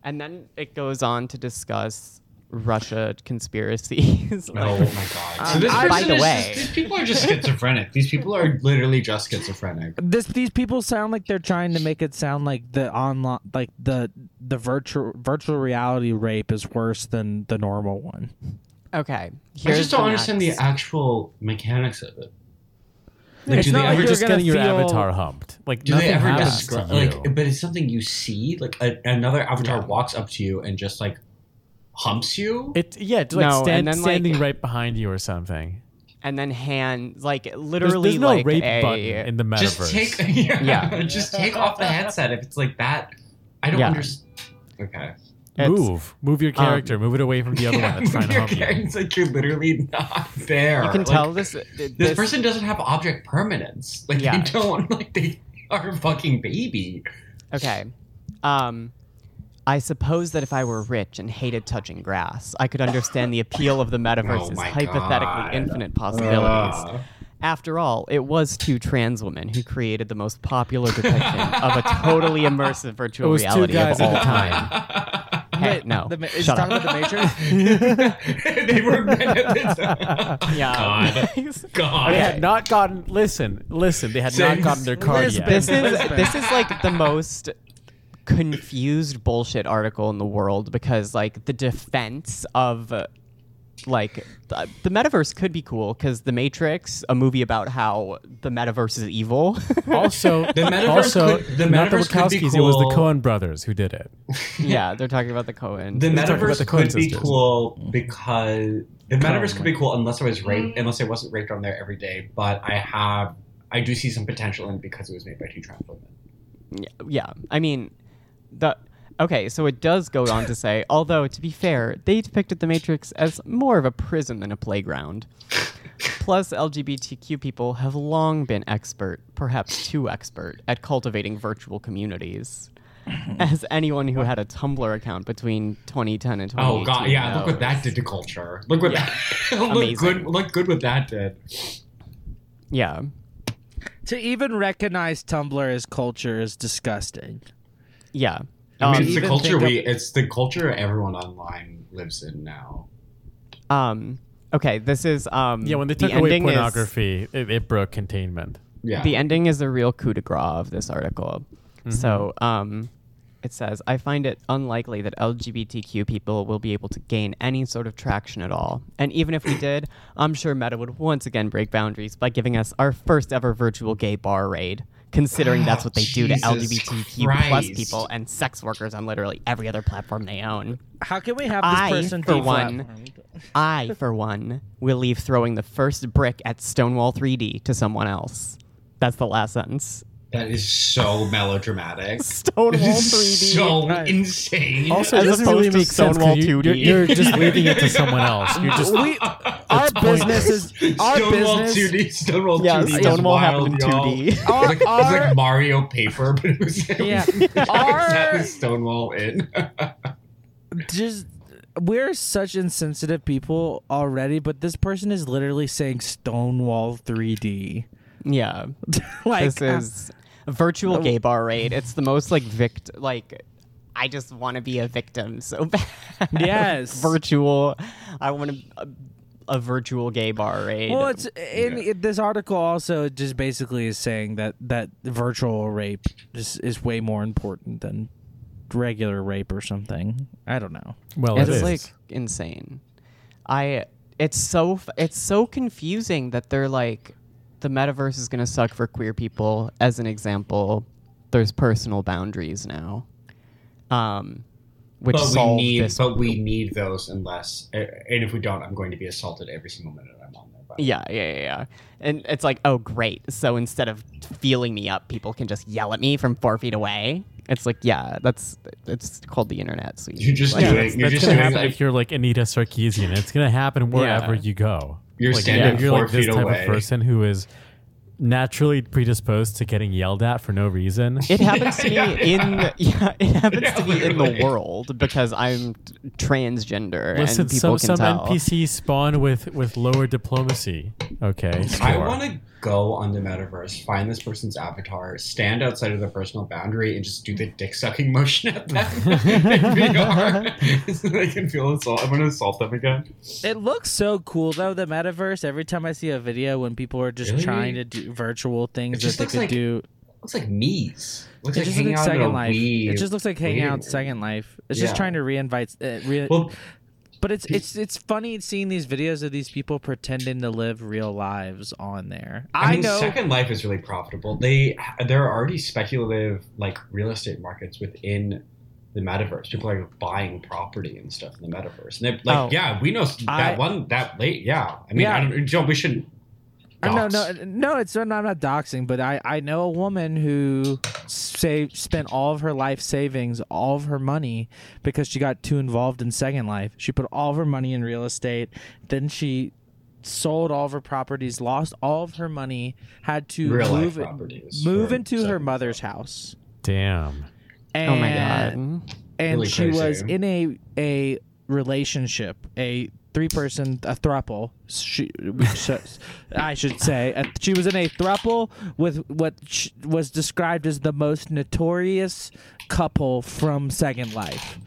Speaker 1: And then it goes on to discuss Russia conspiracies.
Speaker 2: Oh
Speaker 1: like,
Speaker 2: my god! So this
Speaker 1: Um, by
Speaker 2: person
Speaker 1: the
Speaker 2: is
Speaker 1: way-
Speaker 2: just- these people are just schizophrenic. These people are literally just schizophrenic.
Speaker 4: This these people sound like they're trying to make it sound like the online, like the the virtual virtual reality rape is worse than the normal one.
Speaker 1: Okay.
Speaker 2: I
Speaker 1: here's
Speaker 2: just don't understand
Speaker 1: next.
Speaker 2: the actual mechanics of it.
Speaker 3: Like,
Speaker 2: do
Speaker 3: you
Speaker 2: they
Speaker 4: not
Speaker 2: ever
Speaker 4: like
Speaker 3: are
Speaker 4: you're
Speaker 3: just
Speaker 4: gonna
Speaker 3: getting your
Speaker 4: feel-
Speaker 3: avatar humped. Like
Speaker 2: Do
Speaker 3: nothing
Speaker 2: they ever
Speaker 3: happens to
Speaker 2: describe?
Speaker 3: you.
Speaker 2: Like, but it's something you see. Like a, another avatar walks up to you and just like humps you.
Speaker 3: It yeah, it's like
Speaker 1: No, and
Speaker 3: stand,
Speaker 1: then, like-
Speaker 3: standing right behind you or something.
Speaker 1: and then hands like
Speaker 3: There's,
Speaker 1: literally
Speaker 3: there's no
Speaker 1: like
Speaker 3: rape
Speaker 1: a
Speaker 3: button in the
Speaker 2: just
Speaker 3: metaverse.
Speaker 2: take yeah,
Speaker 1: Yeah.
Speaker 2: Just take off the headset if it's like that. I don't
Speaker 1: Yeah.
Speaker 2: understand. Okay.
Speaker 1: it's- um,
Speaker 3: move, move your character, move it away from the other one that's trying to
Speaker 2: You're
Speaker 3: help you.
Speaker 2: getting- It's like you're literally not there.
Speaker 1: You can
Speaker 2: Like,
Speaker 1: tell this this,
Speaker 2: this, person doesn't have object permanence. Like
Speaker 1: Yeah.
Speaker 2: they don't like they are a fucking baby.
Speaker 1: Okay. Um I suppose that if I were rich and hated touching grass, I could understand the appeal of the metaverse's
Speaker 2: Oh my
Speaker 1: hypothetically
Speaker 2: God.
Speaker 1: infinite possibilities.
Speaker 4: Uh,
Speaker 2: Ugh.
Speaker 1: After all, it was two trans women who created the most popular depiction of a totally immersive virtual
Speaker 3: It was two
Speaker 1: reality
Speaker 3: guys
Speaker 1: of
Speaker 3: at
Speaker 1: all
Speaker 3: the
Speaker 1: time. Heck no.
Speaker 4: The, is
Speaker 1: Oh, Shut up.
Speaker 4: talking about the Matrix?
Speaker 2: they were men at the time.
Speaker 1: Yeah.
Speaker 2: God. God.
Speaker 3: They had not gotten. Listen, listen. They had
Speaker 2: Say-
Speaker 3: not gotten their card
Speaker 4: Liz,
Speaker 3: yet.
Speaker 1: this is
Speaker 4: Lisbon.
Speaker 1: this is like the most confused bullshit article in the world because like the defense of uh, like the, the metaverse could be cool because the matrix a movie about how the metaverse is evil
Speaker 3: also, the
Speaker 2: metaverse
Speaker 3: also,
Speaker 2: could- the
Speaker 3: not the
Speaker 2: metaverse could be
Speaker 3: Wachowskis. It was the
Speaker 2: cool.
Speaker 3: Cohen brothers who did it.
Speaker 1: yeah they're talking about the cohen
Speaker 2: The
Speaker 3: talking about
Speaker 2: metaverse
Speaker 3: the Coen
Speaker 2: could be
Speaker 3: sisters.
Speaker 2: cool because the metaverse could
Speaker 1: my
Speaker 2: be cool unless I was raped, unless I wasn't raped on there every day. But I have, I do see some potential in it because it was made by two trans women.
Speaker 1: yeah i mean the okay so it does go on to say although to be fair they depicted the matrix as more of a prison than a playground plus lgbtq people have long been expert perhaps too expert at cultivating virtual communities as anyone who had a tumblr account between 2010 and 2018
Speaker 2: Oh god, yeah! Look what
Speaker 1: knows.
Speaker 2: that did to culture. Look what
Speaker 1: Yeah.
Speaker 2: that. look
Speaker 1: Amazing.
Speaker 2: good. Look good. What that did.
Speaker 1: yeah
Speaker 4: to even recognize Tumblr as culture is disgusting.
Speaker 1: yeah
Speaker 2: I
Speaker 1: um,
Speaker 2: mean, it's the
Speaker 4: even
Speaker 2: culture
Speaker 4: think
Speaker 2: we. It's the culture everyone online lives in now.
Speaker 1: um, okay this is um
Speaker 3: Yeah, when they
Speaker 1: the
Speaker 3: took away
Speaker 1: ending is-
Speaker 3: pornography, it, it broke containment.
Speaker 2: Yeah. Mm-hmm.
Speaker 1: the ending is a real coup de grace of this article. So, um, It says, I find it unlikely that LGBTQ people will be able to gain any sort of traction at all. And even if we did, I'm sure Meta would once again break boundaries by giving us our first ever virtual gay bar raid, considering that's what they do to
Speaker 2: Jesus
Speaker 1: LGBTQ plus
Speaker 2: Christ.
Speaker 1: people and sex workers on literally every other platform they own.
Speaker 4: How can we have this
Speaker 1: I,
Speaker 4: person
Speaker 1: for
Speaker 4: be
Speaker 1: one-
Speaker 4: flatlined?
Speaker 1: I, for one, will leave throwing the first brick at Stonewall 3D to someone else. That's the last sentence.
Speaker 2: That is so melodramatic.
Speaker 1: Stonewall
Speaker 2: It
Speaker 1: 3D.
Speaker 2: is so
Speaker 4: Right.
Speaker 2: insane.
Speaker 3: Also,
Speaker 1: As
Speaker 3: it doesn't really
Speaker 1: opposed to
Speaker 3: make sense 'cause
Speaker 1: Stonewall
Speaker 3: you,
Speaker 1: 2D.
Speaker 3: You're, you're just leaving it to someone else. You're just
Speaker 4: We, our business is our
Speaker 2: Stonewall
Speaker 4: business.
Speaker 2: 2D. Stonewall
Speaker 1: Yeah,
Speaker 2: 2D. was
Speaker 1: Stonewall happened
Speaker 2: wild,
Speaker 1: in
Speaker 2: y'all.
Speaker 1: 2D.
Speaker 2: It was like, it was
Speaker 4: Our-
Speaker 2: like Mario paper, but it was
Speaker 4: Yeah.
Speaker 2: it was
Speaker 4: Our-
Speaker 2: exactly Stonewall in.
Speaker 4: just we're such insensitive people already, but this person is literally saying Stonewall 3D.
Speaker 1: Yeah.
Speaker 4: like uh,
Speaker 1: this is a virtual gay bar raid. It's the most like vict like I just want to be a victim so bad.
Speaker 4: Yes.
Speaker 1: virtual. I want to a, a virtual gay bar raid.
Speaker 4: well, it's in
Speaker 2: Yeah.
Speaker 4: it, this article also it just basically is saying that that virtual rape is, is way more important than regular rape or something. I don't know.
Speaker 3: well, Oh, it
Speaker 1: it's
Speaker 3: is.
Speaker 1: like insane. I it's so f- it's so confusing that they're like the metaverse is going to suck for queer people as an example. There's personal boundaries now. Um which
Speaker 2: but we
Speaker 1: solve
Speaker 2: need,
Speaker 1: this
Speaker 2: but we need those unless, and if we don't, I'm going to be assaulted every single minute I'm on there. But
Speaker 1: Yeah, yeah, yeah, yeah. And it's like, oh, great. So instead of feeling me up, people can just yell at me from four feet away. It's like, yeah, that's it's called the internet. So
Speaker 2: You're just
Speaker 1: like,
Speaker 3: Yeah,
Speaker 2: doing-
Speaker 3: that's,
Speaker 2: you're
Speaker 3: that's
Speaker 2: just
Speaker 3: gonna
Speaker 2: doing,
Speaker 3: happen
Speaker 2: like-
Speaker 3: if you're like Anita Sarkeesian. It's gonna happen wherever
Speaker 1: Yeah.
Speaker 3: you go.
Speaker 2: You're
Speaker 3: like,
Speaker 2: standing
Speaker 3: if you're
Speaker 2: four
Speaker 3: like this
Speaker 2: feet
Speaker 3: type
Speaker 2: away.
Speaker 3: of person who is naturally predisposed to getting yelled at for no reason.
Speaker 1: It happens to me
Speaker 2: Yeah,
Speaker 1: in yeah, it happens
Speaker 2: Yeah,
Speaker 1: to me in the
Speaker 2: literally.
Speaker 1: world because I'm t- transgender
Speaker 3: Listen,
Speaker 1: and people can
Speaker 3: some some
Speaker 1: tell.
Speaker 3: NPCs spawn with with lower diplomacy. Okay,
Speaker 2: I
Speaker 3: score.
Speaker 2: want to go on the metaverse, find this person's avatar, stand outside of the personal boundary, and just do the dick sucking motion at them in VR, so they can feel assault. I'm gonna assault them again.
Speaker 4: It looks so cool though the metaverse. Every time I see a video when people are just
Speaker 2: Really?
Speaker 4: trying to do virtual things
Speaker 2: just
Speaker 4: that they
Speaker 2: looks
Speaker 4: could
Speaker 2: like-
Speaker 4: do,
Speaker 2: Looks like knees. Looks
Speaker 4: it
Speaker 2: like
Speaker 4: just
Speaker 2: hanging
Speaker 4: looks
Speaker 2: out in a
Speaker 4: Second Life.
Speaker 2: Wii.
Speaker 4: It just looks like hanging out in
Speaker 2: Wii.
Speaker 4: Second Life. It's
Speaker 2: Yeah.
Speaker 4: just trying to reinvite. Uh, re-
Speaker 2: Well,
Speaker 4: but it's it's it's funny seeing these videos of these people pretending to live real lives on there.
Speaker 2: I,
Speaker 4: I,
Speaker 2: mean,
Speaker 4: know.
Speaker 2: Second Life is really profitable. They there are already speculative like real estate markets within the metaverse. People are buying property and stuff in the metaverse. And they're like,
Speaker 1: Oh.
Speaker 2: yeah, we know s- that
Speaker 4: I-
Speaker 2: one that late. Yeah, I mean,
Speaker 4: Yeah.
Speaker 2: I don't, Joe, we shouldn't.
Speaker 4: Uh, no,
Speaker 2: dox.
Speaker 4: no, no. It's no, I'm not doxing, but I I know a woman who saved spent all of her life savings, all of her money, because she got too involved in Second Life. She put all of her money in real estate. Then she sold all of her properties, lost all of her money, had to
Speaker 2: Real life
Speaker 4: move
Speaker 2: properties
Speaker 4: move
Speaker 2: for
Speaker 4: into her
Speaker 2: Second
Speaker 4: mother's house.
Speaker 3: Damn.
Speaker 1: oh my
Speaker 4: And-
Speaker 1: god.
Speaker 4: and
Speaker 2: Really
Speaker 4: she was
Speaker 2: crazy.
Speaker 4: in a a relationship, a three person, a throuple. She, we should- I should say, Uh, she was in a throuple with what sh- was described as the most notorious couple from Second Life,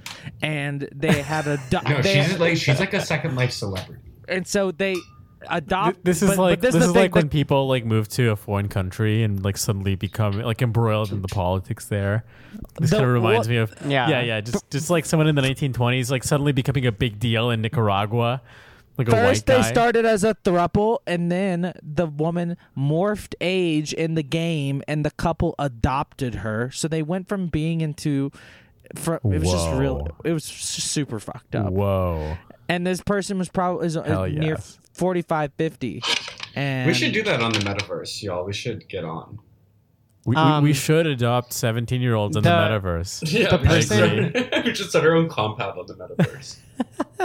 Speaker 4: and they had a do-
Speaker 2: No,
Speaker 4: they-
Speaker 2: she's like she's like a Second Life celebrity.
Speaker 4: and so they adopt.
Speaker 3: This is
Speaker 4: but- but
Speaker 3: like this,
Speaker 4: the
Speaker 3: is
Speaker 4: thing,
Speaker 3: like
Speaker 4: the-
Speaker 3: when people like move to a foreign country and like suddenly become like embroiled in the politics there. This
Speaker 4: The-
Speaker 3: kind of reminds
Speaker 4: what-
Speaker 3: me of
Speaker 1: Yeah.
Speaker 3: yeah, yeah. Just just like someone in the 1920s like suddenly becoming a big deal in Nicaragua, like a white
Speaker 4: First,
Speaker 3: guy.
Speaker 4: they started as a throuple, and then the woman morphed age in the game, and the couple adopted her. So they went from being into. fr it was just real.
Speaker 3: Whoa.
Speaker 4: It was s- super fucked up.
Speaker 3: Whoa.
Speaker 4: And this person was probably is, is
Speaker 3: Hell
Speaker 4: near
Speaker 3: yes.
Speaker 4: 45, 50. And
Speaker 2: We should do that on the metaverse, y'all. We should get on.
Speaker 3: We,
Speaker 1: Um,
Speaker 3: we, we should adopt 17 year olds in the,
Speaker 1: the-
Speaker 3: metaverse.
Speaker 2: Yeah, we should,
Speaker 3: person-
Speaker 2: start, we should start our own compound on the metaverse.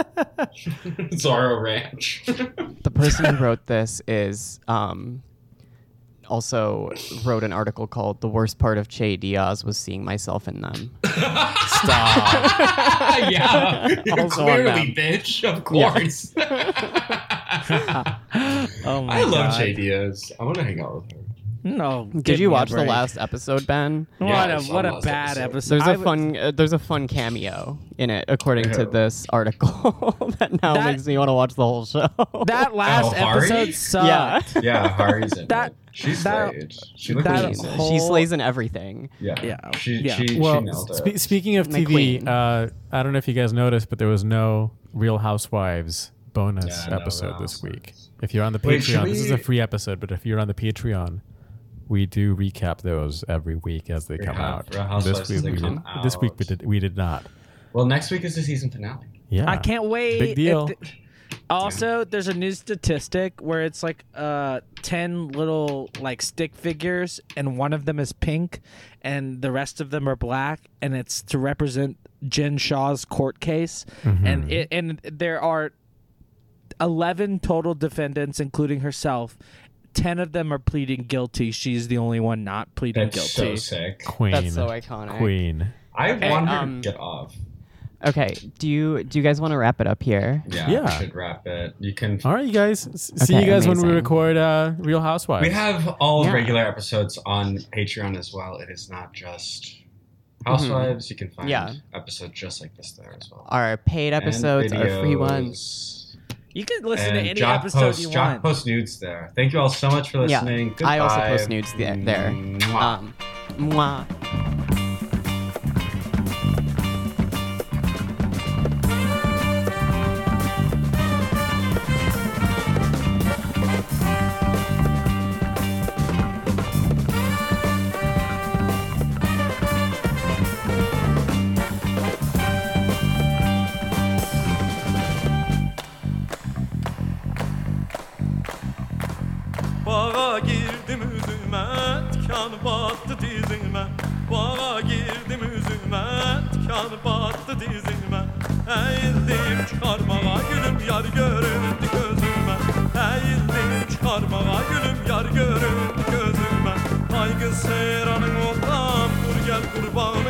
Speaker 2: Zorro Ranch.
Speaker 1: The person who wrote this is um also wrote an article called The Worst Part of Che Diaz was seeing myself in them.
Speaker 3: Stop.
Speaker 2: yeah,
Speaker 1: Also on
Speaker 2: clearly,
Speaker 1: them.
Speaker 2: bitch. Of course.
Speaker 4: Oh my
Speaker 2: I love
Speaker 4: God. oh
Speaker 2: J Diaz. I want to hang out with her.
Speaker 4: No.
Speaker 1: Did you watch the last episode, Ben?
Speaker 4: what
Speaker 2: Yeah, I
Speaker 4: a
Speaker 2: saw
Speaker 4: what
Speaker 2: the
Speaker 4: a
Speaker 2: last
Speaker 4: bad
Speaker 2: episode.
Speaker 4: episode.
Speaker 1: There's
Speaker 4: I
Speaker 1: a
Speaker 4: w-
Speaker 1: fun uh, there's a fun cameo in it, according to
Speaker 2: Ew.
Speaker 1: this article that now
Speaker 4: That-
Speaker 1: makes me want to watch the whole show.
Speaker 4: That last
Speaker 2: Oh, Hari?
Speaker 4: episode sucked.
Speaker 1: yeah,
Speaker 2: Yeah, Hari's in
Speaker 4: That-
Speaker 2: it. She
Speaker 4: that-
Speaker 2: slayed. She looked
Speaker 4: that
Speaker 2: amazing.
Speaker 4: whole-
Speaker 1: she slays in everything.
Speaker 2: yeah.
Speaker 4: Yeah,
Speaker 2: She,
Speaker 4: yeah.
Speaker 2: She, she
Speaker 3: Well,
Speaker 2: nailed it.
Speaker 3: spe- speaking of
Speaker 1: My
Speaker 3: TV,
Speaker 1: queen.
Speaker 3: uh, I don't know if you guys noticed, but there was no Real Housewives bonus
Speaker 2: Yeah, no
Speaker 3: episode
Speaker 2: Real
Speaker 3: this
Speaker 2: Housewives.
Speaker 3: week. If you're on the
Speaker 2: Wait,
Speaker 3: Patreon,
Speaker 2: should
Speaker 3: this is a
Speaker 2: we-
Speaker 3: free episode, but if you're on the Patreon, we do recap those every week as they
Speaker 2: Real
Speaker 3: come
Speaker 2: House-
Speaker 3: out.
Speaker 2: Real Housewives
Speaker 3: This
Speaker 2: as
Speaker 3: week,
Speaker 2: they
Speaker 3: we did,
Speaker 2: come
Speaker 3: this week we
Speaker 2: out.
Speaker 3: did we did not.
Speaker 2: well, next week is the season finale.
Speaker 3: Yeah,
Speaker 4: I can't wait.
Speaker 3: Big
Speaker 4: If
Speaker 3: deal.
Speaker 4: th- also, there's a new statistic where it's like uh, ten little like stick figures, and one of them is pink, and the rest of them are black, and it's to represent Jen Shaw's court case,
Speaker 3: Mm-hmm.
Speaker 2: Mm-hmm.
Speaker 4: and it, and there are eleven total defendants, including herself. Ten of them are pleading guilty. She's the only one not pleading
Speaker 2: That's so
Speaker 4: guilty.
Speaker 2: sick.
Speaker 3: Queen.
Speaker 1: That's so iconic.
Speaker 3: Queen.
Speaker 2: I want her
Speaker 1: um,
Speaker 2: to get off.
Speaker 1: Okay, do you do you guys want to wrap it up here?
Speaker 2: Yeah,
Speaker 3: yeah.
Speaker 2: we should wrap it. You can.
Speaker 3: All right, you guys. S- See
Speaker 1: Okay,
Speaker 3: you guys when we
Speaker 1: amazing.
Speaker 3: record uh, Real Housewives.
Speaker 2: We have all
Speaker 1: Yeah.
Speaker 2: regular episodes on Patreon as well. It is not just Housewives.
Speaker 4: Mm-hmm.
Speaker 2: You can find
Speaker 1: Yeah.
Speaker 2: episodes just like this there as well.
Speaker 1: Our paid
Speaker 2: And
Speaker 1: episodes, our free
Speaker 2: videos.
Speaker 1: ones.
Speaker 4: You can listen
Speaker 2: And
Speaker 4: to any
Speaker 2: Jock
Speaker 4: episode
Speaker 2: posts,
Speaker 4: you
Speaker 2: Jock
Speaker 4: want.
Speaker 2: posts nudes there. Thank you all so much for
Speaker 1: Yeah.
Speaker 2: listening.
Speaker 1: I also
Speaker 2: Goodbye.
Speaker 1: post nudes the- there.
Speaker 2: Mwah.
Speaker 1: Um, mwah.
Speaker 5: Bağa girdim üzüme, tikan battı dizime Bağa girdim üzüme, tikan battı dizime Eğildim çıkarmağa gülüm yar göründü gözüme Eğildim çıkarmağa gülüm yar göründü gözüme Aygın seyranın otam dur gel kurban